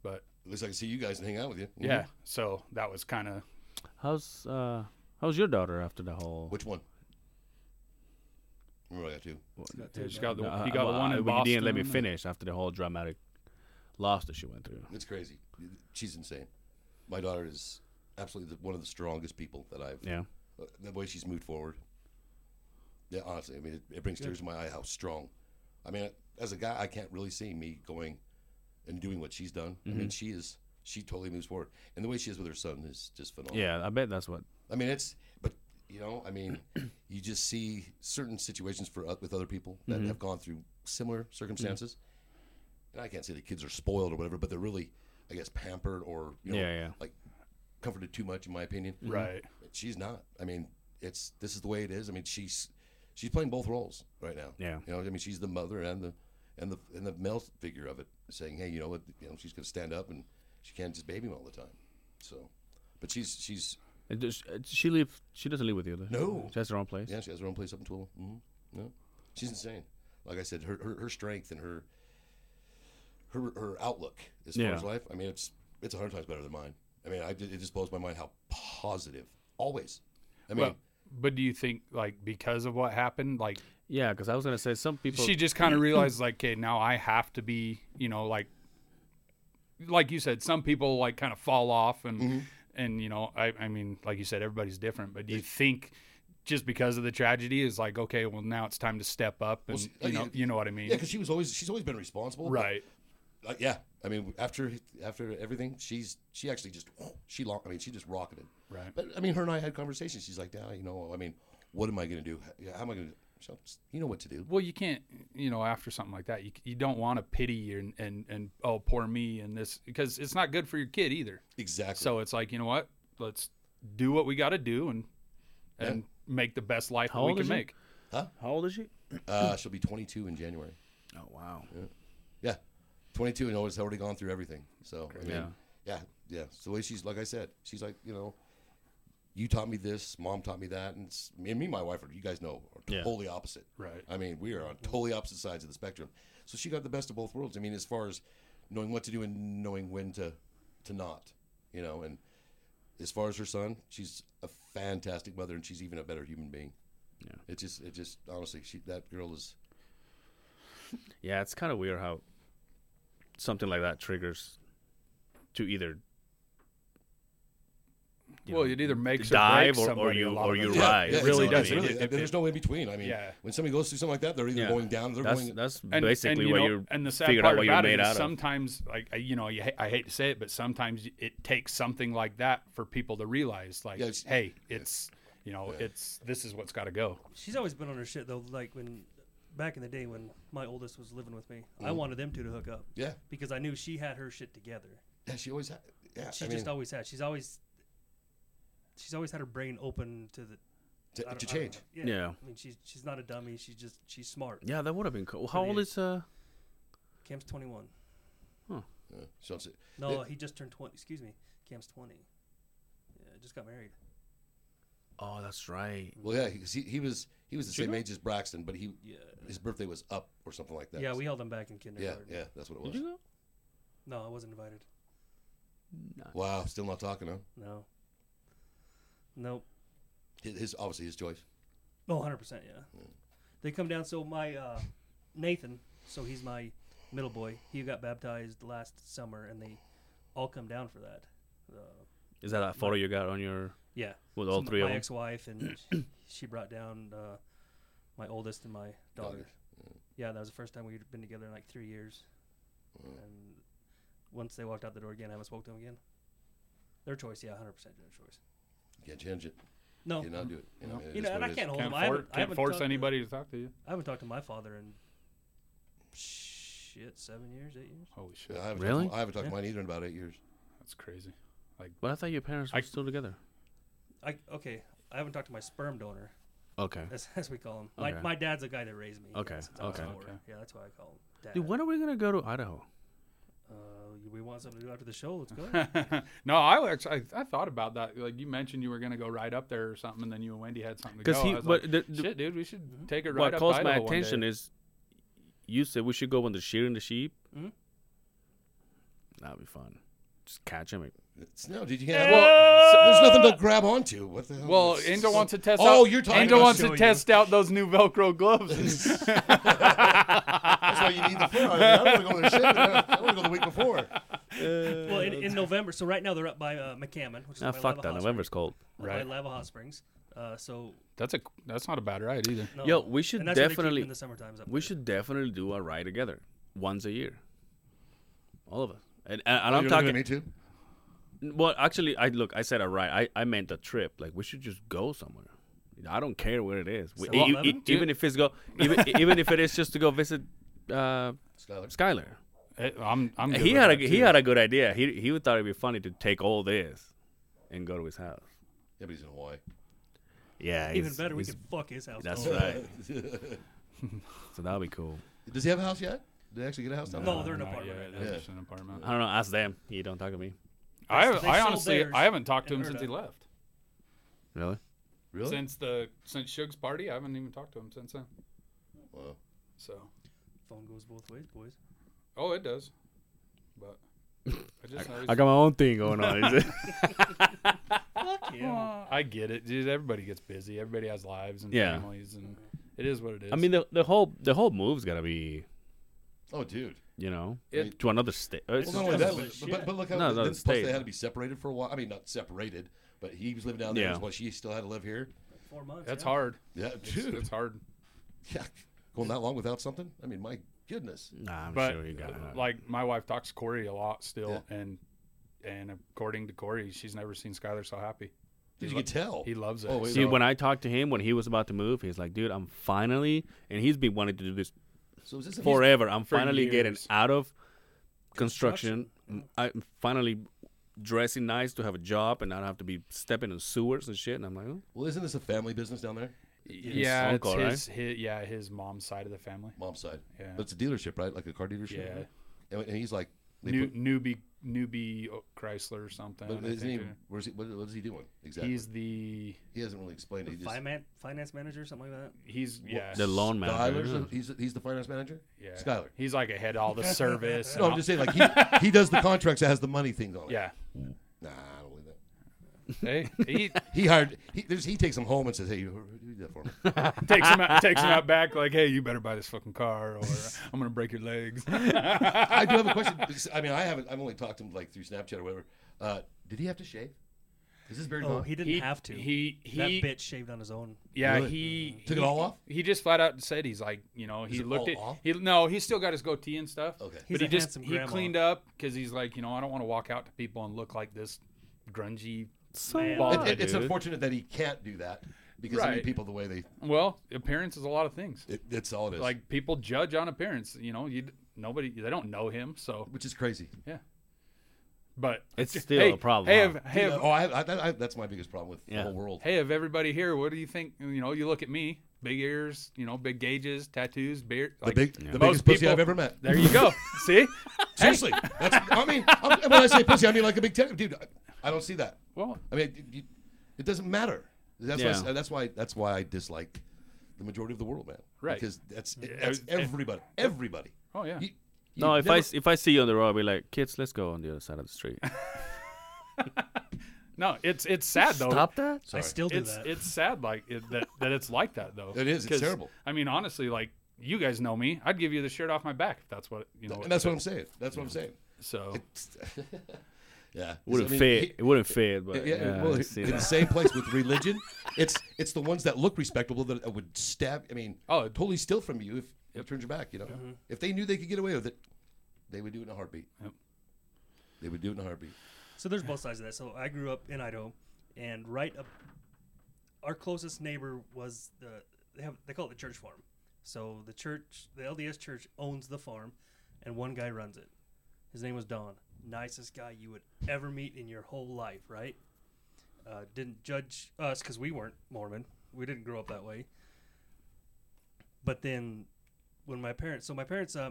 but
at least I can see you guys and hang out with you. Mhm.
yeah. So that was kind of
How's uh how's your daughter after the whole?
Which one? Remember, I got two.
he got the,
Uh,
he got the
well,
one
uh,
in
well,
Boston.
You didn't let me finish after the whole dramatic loss that she went through.
It's crazy. She's insane. My daughter is absolutely the, one of the strongest people that I've
Yeah.
Uh, the way she's moved forward. Yeah, honestly, I mean, it, it brings tears to my eye how strong. I mean, as a guy, I can't really see me going and doing what she's done. I
Mm-hmm.
mean, she is she totally moves forward, and the way she is with her son is just phenomenal.
Yeah, I bet that's what.
I mean, it's but you know, I mean, you just see certain situations for oth- with other people that
Mm-hmm.
have gone through similar circumstances, and I can't say the kids are spoiled or whatever, but they're really, I guess, pampered or you know,
Yeah, yeah.
like comforted too much, in my opinion.
Right.
She's not. I mean, it's this is the way it is. I mean, she's she's playing both roles right now.
Yeah.
You know, I mean, she's the mother and the and the and the male figure of it, saying, "Hey, you know what? You know, she's going to stand up and she can't just baby him all the time." So, but she's she's
It just- uh, she live. She doesn't live with you. does she?
No.
she has her own place.
yeah, she has her own place up in Twilla. hmm No, she's insane. Like I said, her her, her strength and her her her outlook as far
Yeah.
as life. I mean, it's it's a hundred times better than mine. I mean, I, it just blows my mind how positive always. I mean,
But, but do you think like because of what happened, like
Yeah, because I was gonna say some people.
she just kind of realized like okay now i have to be you know like like you said some people like kind of fall off and and you know I, I mean like you said everybody's different but do you think just because of the tragedy is like okay well now it's time to step up and
s-
you know
yeah.
you know what i mean
yeah, because she was always she's always been responsible. but,
right
uh, yeah, I mean, after after everything, she's she actually just she long. I mean, she just rocketed.
Right.
But I mean, her and I had conversations. She's like, "Dad, you know, I mean, what am I going to do? How am I going to?" So you know what to do.
well you can't you know after something like that you, you don't want to pity and, and and oh poor me and this because it's not good for your kid either
Exactly.
so it's like you know what let's do what we got to do and and make the best life
How
that we
old
can
is she?
make
How old is she?
uh, she'll be 22 in January.
Oh wow.
Yeah, 22 and always already gone through everything. So I mean, yeah,
Yeah.
yeah, So the way she's like I said, she's like you know, you taught me this, mom taught me that, and it's, me and me, and my wife are you guys know are
Yeah.
totally opposite.
Right.
I mean, we are on totally opposite sides of the spectrum. So she got the best of both worlds. I mean, as far as knowing what to do and knowing when to to not, you know, and as far as her son, she's a fantastic mother, and she's even a better human being.
Yeah.
It just, it just, honestly, she that girl is.
Yeah, it's kind of weird how something like that triggers to either
well, it either makes or
dive
breaks
or, or
somebody a
you
lot
or
of
you
the time.
ride.
yeah,
you
It really
know what I
it's
does.
mean?
It-
really-
it-
there's no in between. I mean,
Yeah.
when somebody goes through something like that, they're either
Yeah.
going down, or they're
That's
going.
that's
And,
basically
and, you
what
know,
you're
and the sad
figuring
part
out what you're
about it
made
is
out of.
sometimes, like I- you know, you, ha- I hate to say it, but sometimes it takes something like that for people to realize, like,
Yeah, it's-
hey, it's you know, it's this is what's got to go.
She's always been on her shit though. Like when back in the day when my oldest was living with me, I wanted them two to hook up
Mm. yeah,
because I knew she had her shit together.
yeah, she always had. Yeah,
She
I mean,
just always had. She's always she's always had her brain open to the
to,
I don't-
to
I don't
change.
know.
Yeah.
I mean she's she's not a dummy. She's just she's smart.
yeah, that would have been cool. How
Pretty-
old is uh?
Cam's twenty one.
Yeah, so it's-
No,
Yeah.
he just turned twenty. Excuse me, Cam's twenty. Yeah, just got married.
Oh, that's right.
well, yeah, he, he was he was the same age as Braxton, but he
Yeah.
his birthday was up or something like that.
Yeah, we held him back in kindergarten.
yeah, yeah, that's what it was.
Did you go?
No, I wasn't invited.
Wow, still not talking, huh?
No. Nope.
His, his obviously his choice.
Oh, 100%, yeah. They come down. So, my uh, Nathan, so he's my middle boy, he got baptized last summer, and they all come down for that. Uh,
Is that that photo you got on your?
yeah.
With all
So
three of
my
them?
ex wife, and she, she brought down uh, my oldest and my daughter.
Daughter.
Yeah, that was the first time we'd been together in like three years.
Mm.
And once they walked out the door again, I haven't spoke to them again. Their choice, yeah, 100% their choice.
You can't change it.
Oh. No.
You cannot do it. You know, it is
you know,
what
and
it
I
is.
can't hold
Can't,
them. I
for-
haven't- I
can't
haven't
force
talked to-
anybody to talk to you.
I haven't talked to my father in shit seven years, eight years.
Holy shit,
Yeah, I haven't
Really?
Talked, to- I haven't talked
Yeah.
to mine either in about eight years.
that's crazy.
But I thought your parents were
I-
still together.
I okay. I haven't talked to my sperm donor,
Okay.
as, as we call him. My,
Okay.
my dad's the guy that raised me. you know,
Okay,
since I was
okay.
four.
Okay.
Yeah, that's why I call him dad.
Dude, when are we gonna go to Idaho?
uh, we want something to do after the show. Let's go.
no, I actually I, I thought about that. Like you mentioned, you were gonna go right up there or something, and then you and Wendy had something to go.
'Cause he-
I was
but
like,
the- the-
shit, dude, we should take it right
what
up.
caught my
Idaho one day."
attention is you said we should go when they're shearing the sheep.
Mm-hmm.
Mhm.
That'd be fun. Just catch them.
It's- No, did you? Yeah,
Well,
so- there's nothing to grab onto. What the hell?
Well,
It's-
Angel wants to test.
Oh,
out,
you're talking
Angel
about
wants
show
to
you.
test out those new Velcro gloves.
That's why you need the foot. I want to go to the ship. I want to go the week before.
well, in, in November. So right now they're up by uh, McCammon, which is
Ah,
by
fuck
Lava
that.
Hot
November's cold.
Springs, Uh, by
Right.
Lava Hot Springs. Uh, so
that's a that's not a bad ride either.
no.
Yo, we should
and that's where they keep 'em
definitely-
in the summertime.
We should definitely do a ride together once a year, all of us. And, and, and I'm
You're looking
talking.
at me too.
Well, actually, I look. I said a ride. I, I meant a trip. Like we should just go somewhere. I don't care where it is. We,
So
e-
what,
e-
Levin?
even if it's go, even even if it is just to go visit uh,
Skylar.
Skyler.
Eh, I'm, I'm good
He
with
had a
that,
he
too.
had a good idea. He he thought it'd be funny to take all this and go to his house.
Yeah, but he's in Hawaii.
Yeah,
even
he's-
better. We
he's-
could fuck his house.
That's
though.
right. so that'll be cool.
Does he have a house yet? Did they actually get a house down
No,
there?
they're in an
Not
apartment.
yet,
right now.
they're
Yeah.
just in an apartment.
I don't know. Ask them. You don't talk to me.
I,
They
I
sold
honestly
theirs
I haven't talked to
in
him since he
Erda.
left.
Really?
Really?
Since the since Suge's party, I haven't even talked to him since then.
Wow.
So,
Phone goes both ways, boys.
oh, it does, but I just noticed-
I got my own thing going on. Is it?
Yeah.
I get it, dude. Everybody gets busy. Everybody has lives and
Yeah.
families, and it is what it is.
I mean, the the whole the whole move's gotta be
Oh, dude.
you know
It-
to another uh, state.
Well,
It's
not only
just
that,
a
but,
shit.
but, but look how
No,
then
no,
plus
it's
they
state.
had to be separated for a while. I mean, not separated, but he was living down there.
Yeah.
That's why she still had to live here.
Four months.
that's
yeah.
hard.
Yeah,
It's,
dude.
it's hard.
Yeah. Going that long without something? I mean, my goodness.
Nah, I'm
But
sure you got
uh,
it.
like my wife talks to Corey a lot still,
Yeah.
and and according to Corey, she's never seen Skylar so happy.
Dude, you can tell.
He loves it.
Oh, wait,
So-
See, when I talked to him when he was about to move, he's like, "Dude, I'm finally," and he's been wanting to do this
So is this a
forever. I'm
for
finally getting
years.
out of construction. Mm, I'm finally dressing nice to have a job and not have to be stepping in sewers and shit. And I'm like, oh,
Well, isn't this a family business down there?
yeah, it's
uncle, right?
his, his yeah his mom's side of the family.
Mom's side.
Yeah.
But it's a dealership, right? Like a car dealership.
Yeah.
And, and he's like, they
New,
put-
newbie newbie oh, Chrysler or something.
but
I
isn't he,
think.
where's he, what, what is he doing exactly?
He's the
he hasn't really explained it. He just,
Finance, finance manager, something like that.
he's yeah
the loan
Skyler's
manager.
the- he's, he's the finance manager?
yeah
Skyler.
He's like ahead of all the
No,
service. and
I'm
all-
just saying, like, he, he does the contracts that has the money things on it.
yeah.
Nah, I don't believe that.
Hey, he
He hired, he, there's, he takes them home and says, hey, you do that for me.
takes him out, takes him out back like, hey, you better buy this fucking car, or I'm gonna break your legs.
I do have a question. I mean, I haven't, I've only talked to him like through Snapchat or whatever. Uh, did he have to shave? Is this beard
Oh,
gone?
he didn't have to.
He he.
that bitch shaved on his own.
Yeah,
Really?
he
Took it
he-
all off?
He just flat out said he's like, you know, he
it
looked
all
at
off?
he no, he still got his goatee and stuff.
Okay.
but
He's
he
a
just
handsome
he
grandma.
cleaned up because he's like, you know, I don't want to walk out to people and look like this grungy.
So
Ball-
It-
what,
it- it's
dude?
unfortunate that he can't do that because I mean,
Right.
people the way they
Well, appearance is a lot of things.
it, it's all it is.
Like people judge on appearance. You know, you nobody they don't know him, so
which is crazy.
yeah. But
It's still
hey,
a problem,
Hey,
huh?
if, hey, if-
oh, I, I, that, I, that's my biggest problem with the
Yeah.
whole world.
hey, of everybody here, what do you think? You know, you look at me, big ears, you know, big gauges, tattoos, beard.
the
like,
big, the biggest
most
pussy
people-
I've ever met.
There you go. See?
Seriously, that's, I mean, I'm, when I say pussy, I mean like a big teddy dude. I, I don't see that.
Well,
I mean, it, you- it doesn't matter. That's why. I s-
Yeah.
that's why. That's why I dislike the majority of the world, man.
Right.
Because that's
Yeah,
that's
ev- ev-
everybody. Everybody.
Oh, yeah.
You,
No,
You
if I
never-
s- if I see you on the road, I'll be like, kids, let's go on the other side of the street.
no, it's it's sad though.
Stop that.
Sorry.
I still do
it's
that.
it's sad like it, that that it's like that though.
It is, it's
'Cause,
terrible.
I mean, honestly, like you guys know me, I'd give you the shirt off my back if that's what you know.
and that's what I'm saying. That's what I'm saying.
so
Yeah,
Wouldn't
I mean,
fit.
he-
it wouldn't fit. But
yeah,
yeah,
well,
I
in
see
the
that.
same place with religion, it's it's the ones that look respectable that I would stab. I mean,
Oh, it-
totally steal from you if you turned your back. You know, if they knew they could get away with it, they would do it in a heartbeat.
Yep.
They would do it in a heartbeat.
So there's both sides of that. So I grew up in Idaho, and right up, our closest neighbor was the they have they call it the church farm. So the church, the LDS church, owns the farm, and one guy runs it. His name was Don, nicest guy you would ever meet in your whole life. Right? Uh, didn't judge us because we weren't Mormon. We didn't grow up that way. But then, when my parents, so my parents uh,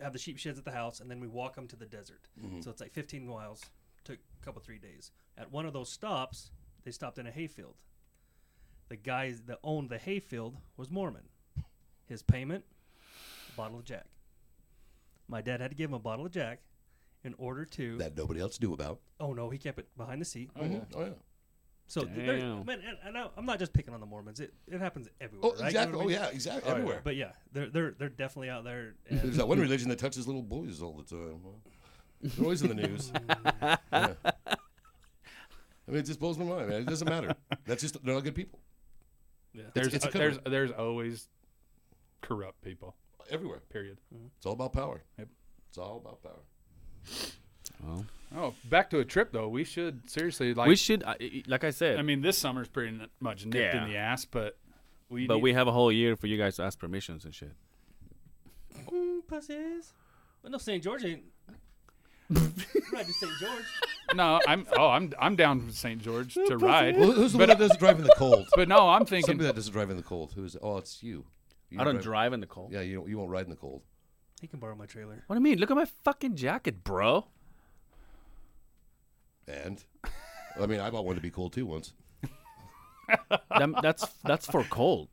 have the sheep sheds at the house, and then we walk them to the desert. So it's like 15 miles. Took a couple three days. At one of those stops, they stopped in a hayfield. The guy that owned the hayfield was Mormon. His payment, a bottle of Jack. My dad had to give him a bottle of Jack in order to.
That nobody else knew about.
oh no, he kept it behind the seat.
Oh yeah, oh yeah.
So th- there,
Damn.
man, and, and I, I'm not just picking on the Mormons. It, it happens everywhere.
Oh
right? You know
exactly.
what I
Oh
mean?
yeah, exactly.
yeah.
Everywhere.
But yeah, they're they're they're definitely out there. and-
There's that one religion that touches little boys all the time. They're always in the news. Yeah. I mean, it just blows my mind. Man. It doesn't matter. That's just they're not good people.
Yeah.
It's,
there's
it's a
uh, there's
cover-up
there's always corrupt people.
everywhere.
Period.
It's all about power.
Yep.
It's all about power.
Well,
Oh, back to a trip though. We should seriously like.
we should, I- I- like I said,
I mean, this summer's pretty n- much nipped
Yeah.
in the ass, but we.
but
need-
we have a whole year for you guys to ask permissions and shit.
Mm, pussies. But no, St. George ain't. right to St. George.
no. I'm oh I'm I'm down from St. George to ride,
Well, who's the
But- uh,
one that doesn't drive in the cold?
but no, I'm thinking
Somebody that doesn't drive in the cold. Who's? Oh, it's you. you
I don't drive in the cold.
Yeah, you don't, you won't ride in the cold.
He can borrow my trailer.
What do you mean? Look at my fucking jacket, bro.
And I mean, I bought one to be cold too once,
That- that's that's for cold.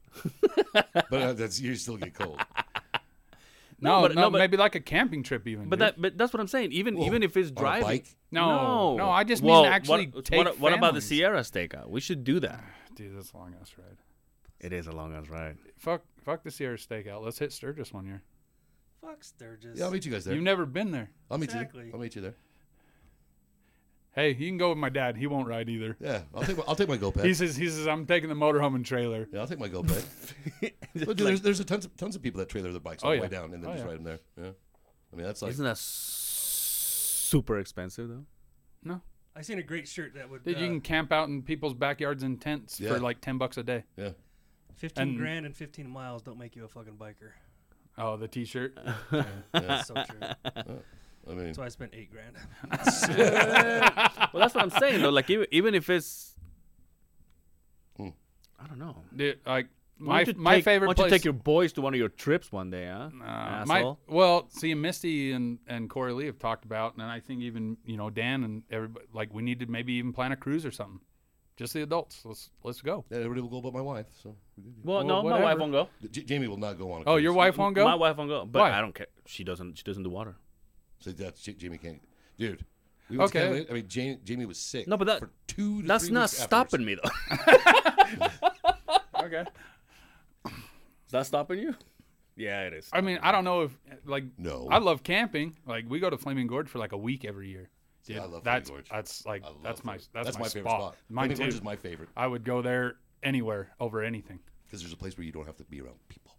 but uh, that's you still get cold.
No,
no,
but-
no,
no, but-
maybe like a camping trip even.
But
dude.
that but that's what I'm saying. Even
Whoa,
even if it's
on a
driving.
bike?
No, no, I just mean
Well,
actually
What,
take
what, what about the
families.
Sierra Stakeout? We should do that.
Dude, that's a long ass ride.
It is a long ass ride.
Fuck, fuck the Sierra Stakeout. Let's hit Sturgis one year.
Fuck Sturgis.
Yeah, I'll meet you guys there.
You've never been there.
I'll meet you.
Exactly.
There. I'll meet you there.
Hey, you can go with my dad. He won't ride either.
Yeah, I'll take my, I'll take my go
He
pet.
says, he says, I'm taking the motorhome and trailer.
Yeah, I'll take my go pet. Well, dude, there's there's a tons of, tons of people that trailer their bikes all
Oh,
the
yeah.
way down and then
Oh,
just
yeah.
ride them there. Yeah, I mean that's like
Isn't that super expensive though?
No,
I seen a great shirt that would.
dude,
uh,
you can camp out in people's backyards in tents
Yeah.
for like ten bucks a day.
yeah.
15
and-
grand and 15 miles don't make you a fucking biker.
Oh, the T-shirt.
That's so true. That's
I mean,
why I spent eight grand.
Well, that's what I'm saying though. Like even, even if it's,
Hmm.
I don't know.
Dude, like
Why
my
don't you
my
take-
favorite
Why don't
place.
you take your boys to one of your trips one day, huh?
Uh, my,
Asshole.
well, see, Misty and, and Corey Lee have talked about, and I think even you know Dan and everybody like we need to maybe even plan a cruise or something. Just the adults. Let's let's go.
yeah, everybody will go but my wife. So
well,
Well,
no,
whatever.
my wife won't go.
J- Jamie will not go on. A
Oh, your
cruise.
wife won't go.
My wife won't go. But
Why?
I don't care. She doesn't. She doesn't do water.
So that's J- Jamie can't. Dude, we went to
Okay.
Canada- I mean, Jamie, Jamie was sick.
No, but that-
for two. To
That's
three
not
weeks
stopping
afterwards.
me though.
okay.
Is that stopping you? Yeah, it is.
I mean, I don't know if like
No.
I love camping. Like we go to Flaming Gorge for like a week every year. Dude,
I love Flaming
that's
Gorge.
that's like
I love
that's my
Flaming-
that's, my,
favorite
spot.
spot.
Mine
Flaming Gorge
too.
is my favorite
I would go there anywhere over anything.
because there's a place where you don't have to be around people.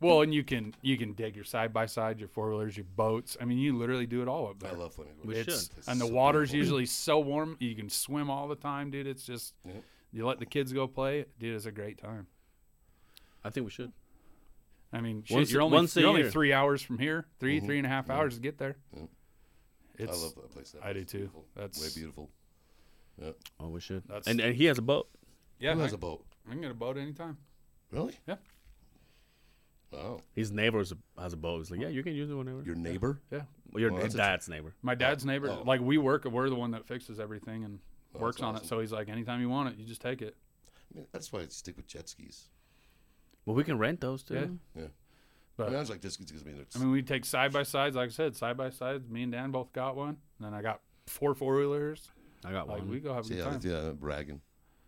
Well, and you can you can dig your side by side, your four wheelers, your boats. I mean, you literally do it all up there.
I love Flaming Gorge.
We
It's
should.
and the
So
water's
beautiful.
usually so warm you can swim all the time, dude. It's just you let the kids go play, dude. It's a great time.
I think we should.
I mean, shit,
Once-
you're only
once a
you're only
year.
three hours from here, three three and a half hours to get there.
Mm-hmm. I
It's
love that place. That
I do
place is
too.
beautiful. way
That's-
beautiful. Yeah.
Oh, we should.
That's-
And and he has a boat.
yeah.
Who
I,
has a boat?
I can get a boat anytime.
Really?
Yeah,
Wow.
His neighbor has a- has a boat. He's like, yeah, you can use it whenever.
Your neighbor?
yeah.
Well, your
Well, that's a-
dad's neighbor.
My dad's neighbor,
oh.
like we work, we're the one that fixes everything and works on
awesome.
it. So he's like, anytime you want it, you just take it.
I mean, that's why I stick with jet skis.
Well, we can rent those too.
Yeah.
Yeah.
But
I
But
mean, I was like, this gives me.
I mean, we take side by sides. Like I said, side by sides. Me and Dan both got one. And then I got four four wheelers.
I got
Like
one.
we go have a
See,
good
yeah,
time.
that's- yeah, bragging.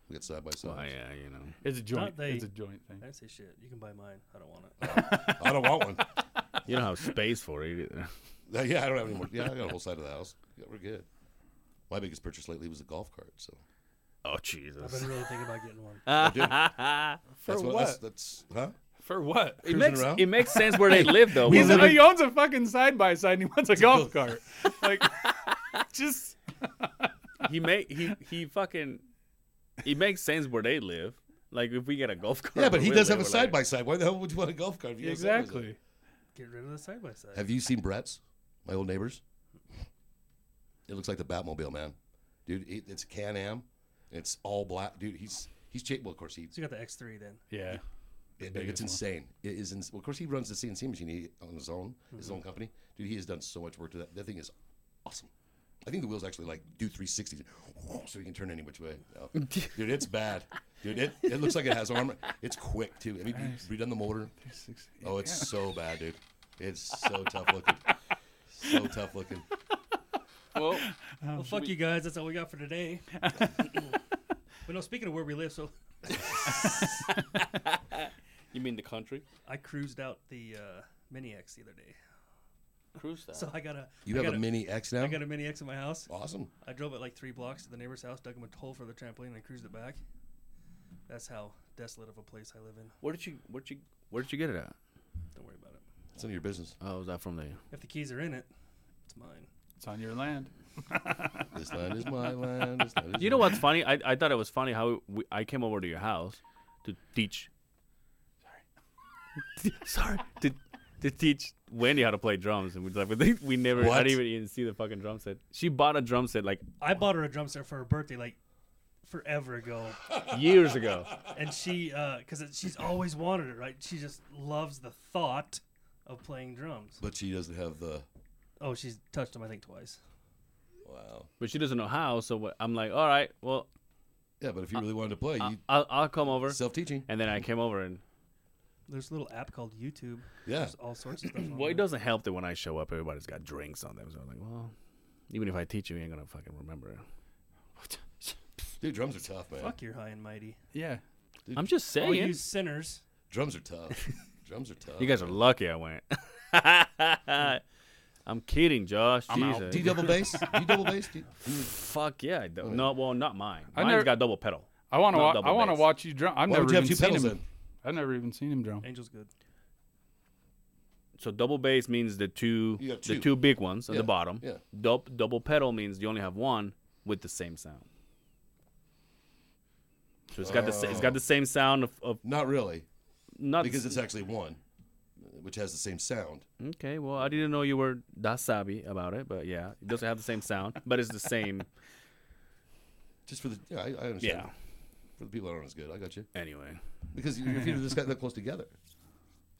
We get side by
Oh,
side.
yeah, you know.
It's a joint.
they-
It's a joint thing.
I didn't say shit. You can buy mine. I don't want it.
I don't want one.
You don't have space for it either.
yeah, I don't have any more. Yeah, I got a whole side of the house. Yeah, we're good. My biggest purchase lately was a golf cart. So
Oh,
I've
Jesus.
been really thinking about getting one.
For
that's
what?
That's, that's huh?
For what?
It
Cruising
makes,
around?
it makes sense where they live, though.
He's
Where
a,
would
he owns a fucking side by side and he wants a golf cart. Like, just
it- he make he he fucking it makes sense where they live. Like if we get a golf cart.
Yeah, but
where
he
we
does
live,
have
we're
a side
like,
by side. Why the hell would you want a golf cart? If you don't side by side?
exactly.
Get rid of the side by side.
Have you seen Brett's? My old neighbors. It looks like the Batmobile, man. Dude, it, it's Can Am. It's all black, dude. He's he's cha- well, of course he.
So you got the X3 then.
Yeah.
It, it's insane. It is. Ins- well, of course he runs the CNC machine he, on his own, his own company. Dude, he has done so much work to that. That thing is awesome. I think the wheels actually like do 360s, so you can turn any which way. Oh, Dude, it's bad. Dude, it, it looks like it has armor. It's quick too. Have you redone the motor? Oh, it's so bad, dude. It's so tough looking. So tough looking.
Well,
Well, fuck you guys. That's all we got for today. but no, speaking of where we live, so
you mean the country?
I cruised out the uh, Mini X the other day.
Cruise that.
So I got a.
You
I
have
got
a mini X now.
I got a Mini X in my house.
awesome.
I drove it like three blocks to the neighbor's house, dug him a hole for the trampoline, and I cruised it back. That's how desolate of a place I live in.
where did you where did you where did you get it at?
Don't worry about it.
It's none of your business.
Oh, was that from the?
If the keys are in it, it's mine.
It's on your land.
This land is my land. This land is
You know
yours.
what's funny? I I thought it was funny how we, I came over to your house to teach. Sorry. Sorry. To to teach Wendy how to play drums, and we like, we- we never. I
What?
didn't even- even see the fucking drum set. She bought a drum set like
I bought her a drum set for her birthday like forever ago,
years ago.
and she, because it she's always wanted it, right? She just loves the thought of playing drums.
But she doesn't have the.
Oh, she's touched them, I think, twice.
Wow.
but she doesn't know how. So what- I'm like, all right, well,
Yeah, but if you really wanted to play, you
I'll, I'll come over.
self teaching.
and then I came over, and
There's a little app called YouTube.
Yeah.
There's all sorts of stuff. On
well, it
there.
doesn't help that when I show up, everybody's got drinks on them. So I'm like, well, even if I teach you, you ain't gonna fucking remember it.
Dude, drums are tough, man.
Fuck your high and mighty.
Yeah.
I'm just
All
saying.
you
You,
sinners.
Drums are tough. drums are tough.
guys are lucky I went. I'm kidding, Josh. Jesus.
Do you double bass? Do you double bass? Do you-
Fuck yeah, I do. No, well, not mine.
I
Mine's
never-
got double pedal.
I want to.
Not
Wa-
double
I want to
bass.
watch you drum. I've
Why
never
would you have
even
two
seen him.
pedals then?
I've never even seen him drum.
Angel's good.
So double bass means the two,
You got
the
two.
two big ones on
Yeah,
the bottom.
yeah.
Dou- double pedal means you only have one with the same sound. So it's got the the it's got the same sound of, of
Not really,
not
because it's actually one, which has the same sound.
okay. Well, I didn't know you were that savvy about it, but yeah, it doesn't have the same sound, but it's the same.
Just for the yeah, I, I understand.
Yeah.
For the people that aren't as good, I got you.
Anyway,
Because your feet are just got that close together.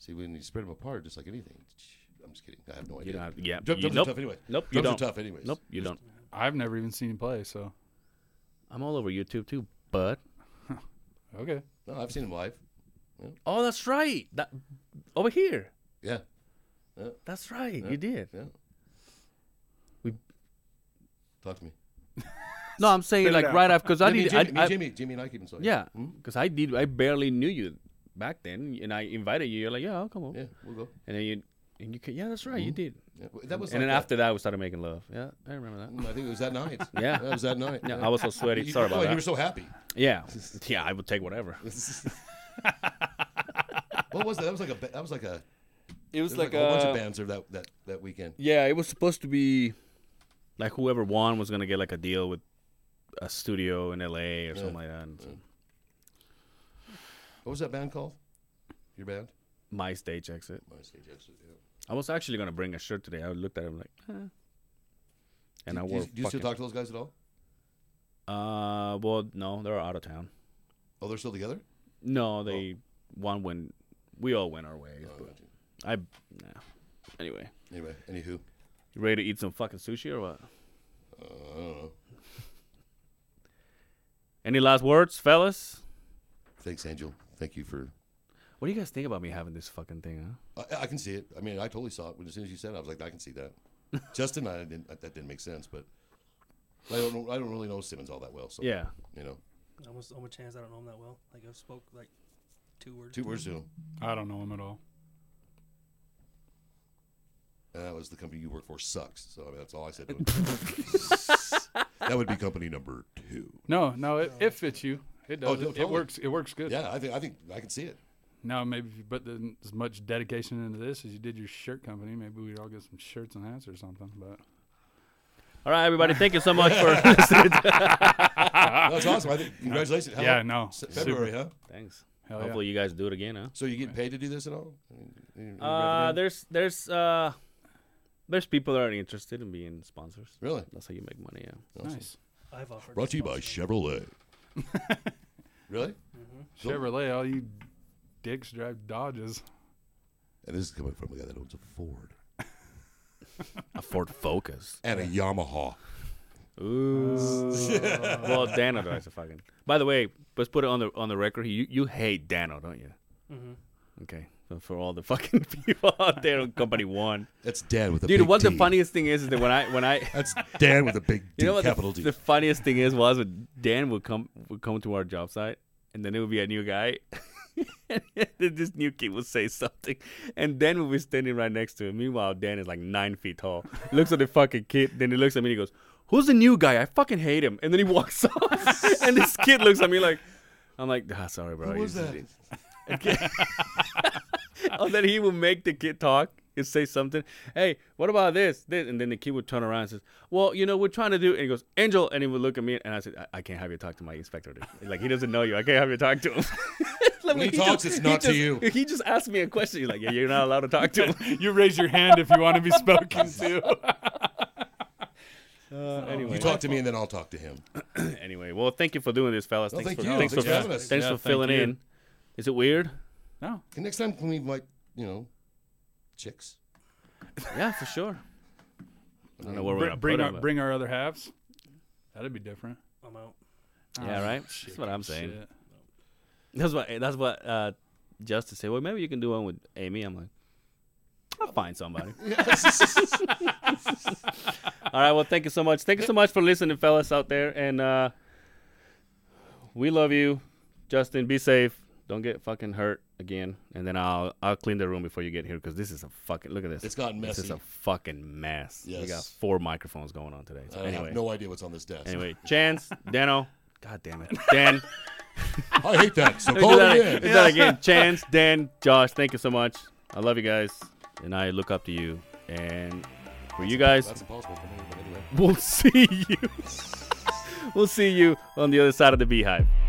See, when you spread them apart, just like anything. I'm just kidding. I have no idea.
you don't. Have, yeah,
Drum-
you-
drums
nope,
are tough anyway.
Nope, you
drums
don't.
are tough anyways.
Nope, you don't.
I've never even seen him play. So
I'm all over YouTube too, but
okay.
No, I've seen them live.
oh, that's right. That over here.
Yeah,
That's right. You did.
yeah.
We-
talk to me.
No, I'm saying like right after because I
me,
did.
and Jimmy,
I,
me
I-
and Jimmy, Jimmy and I keep in touch.
Yeah, because I did. I barely knew you back then, and I invited you. You're like, yeah, I'll come over.
yeah, we'll go.
And then you, and you, ca- yeah, that's right, you did.
Yeah, well, that was.
and
like
then
that.
after that, we started making love. Yeah, I remember that.
Mm, I think it was that night.
Yeah.
that was that night.
Yeah, I was so sweaty.
You-
Sorry
oh,
about
and
that.
You were so happy.
yeah, yeah, I would take whatever.
What was that? That was like a. ba- That was like a.
It
It was like, a whole bunch of bands there that that that weekend.
uh, yeah, it was supposed to be like whoever won was gonna get like a deal with a studio in L.A. or something like that. And so
What was that band called? Your band?
my stage exit.
My stage exit. Yeah.
I was actually gonna bring a shirt today. I looked at him like, eh. and I
Do
wore.
you, do you still
fucking-
talk to those guys at all?
Uh, well, no, they're out of town.
Oh, they're still together.
No, they one went. We all went our ways.
Oh,
but
gotcha.
I, nah. Anyway,
Anyway, anywho,
you ready to eat some fucking sushi or what?
uh, I don't know.
Any last words, fellas?
Thanks, Angel. Thank you for
What do you guys think about me having this fucking thing? Huh?
I, I can see it. I mean, I totally saw it. When as soon as you said it, I was like, I can see that. Justin, I didn't. That didn't make sense, but I don't. know- I don't really know Simmons all that well. So
Yeah.
you know,
Almost, almost chance I don't know him that well. Like I've spoke like two words.
two
to him.
words to him.
I don't know him at all.
And that was the company you work for sucks. So I mean, that's all I said. To him. that would be company number two.
No, no, it, it fits you. It does.
Oh,
it,
no,
it
totally.
works. It works good.
Yeah, I think. I think I can see it.
Now maybe if you put the, as much dedication into this as you did your shirt company, maybe we'd all get some shirts and hats or something. But
All right, everybody. Thank you so much for listening.
That's awesome. I think. Congratulations. How
Ah. yeah,
long-
no,
Se- February, huh?
Thanks.
Hell yeah.
Hopefully, you guys do it again, huh?
So you get paid to do this at all? Any- any
Uh,
revenue?
there's there's uh, there's people that are interested in being sponsors.
really?
That's how you make money. Yeah.
nice.
I've offered.
Brought to you by
sponsorship.
Chevrolet. really? Cool.
Chevrolet, all you dicks drive Dodges.
And this is coming from a guy that owns a Ford
A Ford Focus.
and a Yamaha.
Ooh. well, Dano drives a fucking. By the way, let's put it on the on the record. You you hate Dano, don't you? Okay. So for all the fucking people out there on Company One,
That's Dan with a
dude.
big
What the
D.
funniest thing is is that when I when I
That's Dan with a big D,
You know what
capital
the,
D.
the funniest thing is was when Dan would come would come to our job site and then it would be a new guy and then this new kid would say something and Dan would be standing right next to him. Meanwhile Dan is like nine feet tall. Looks at the fucking kid, then he looks at me and he goes, Who's the new guy? I fucking hate him and then he walks off and this kid looks at me like I'm like, ah, sorry bro.
Who was
you just
that?
did." and then Oh, he would make the kid talk and say something. Hey, what about this? This and then the kid would turn around and says, "Well, you know, we're trying to do." And he goes, "Angel," and he would look at me and I said, "I, I can't have you talk to my inspector. Dude. Like he doesn't know you. I can't have you talk to him." Like,
When he talks, it's not to
just-
you.
He just asked me a question. He's like, "Yeah, you're not allowed to talk to him."
You raise your hand if you want to be spoken to.
anyway,
Uh, you talk to me and then I'll talk to him.
anyway. Well, thank you for doing this, fellas.
No,
thanks
thank
for
you.
thanks,
Thanks
for,
for having us.
thanks
Yeah,
for
thank
filling
you.
in. Is it weird?
No,
Can- Next time, can we invite, you know, chicks?
Yeah, for sure. I don't know where we're
Br-
gonna
bring
put
our
'em, but-
bring our other halves. That'd be different.
I'm out.
Yeah,
Ah,
right?
Oh,
That's what I'm saying.
shit.
That's what that's what uh, Justice said. Well, maybe you can do one with Amy. I'm like, I'll find somebody. All right. Well, thank you so much. Thank you so much for listening, fellas out there, and uh, we love you, Justin. Be safe. Don't get fucking hurt again. And then I'll I'll clean the room before you get here because this is a fucking look at this.
It's gotten
This is
messy.
a fucking mess. We got
Yes.
four microphones going on today. So
I
anyway,
have no idea what's on this desk.
anyway, Chance, Dano. God damn it, Dan.
I hate that. So
Let me
call
do that,
me
again.
in.
do that again. Chance, Dan, Josh, thank you so much. I love you guys, and I look up to you. And for you guys,
That's impossible for me, but anyway.
we'll see you. we'll see you on the other side of the beehive.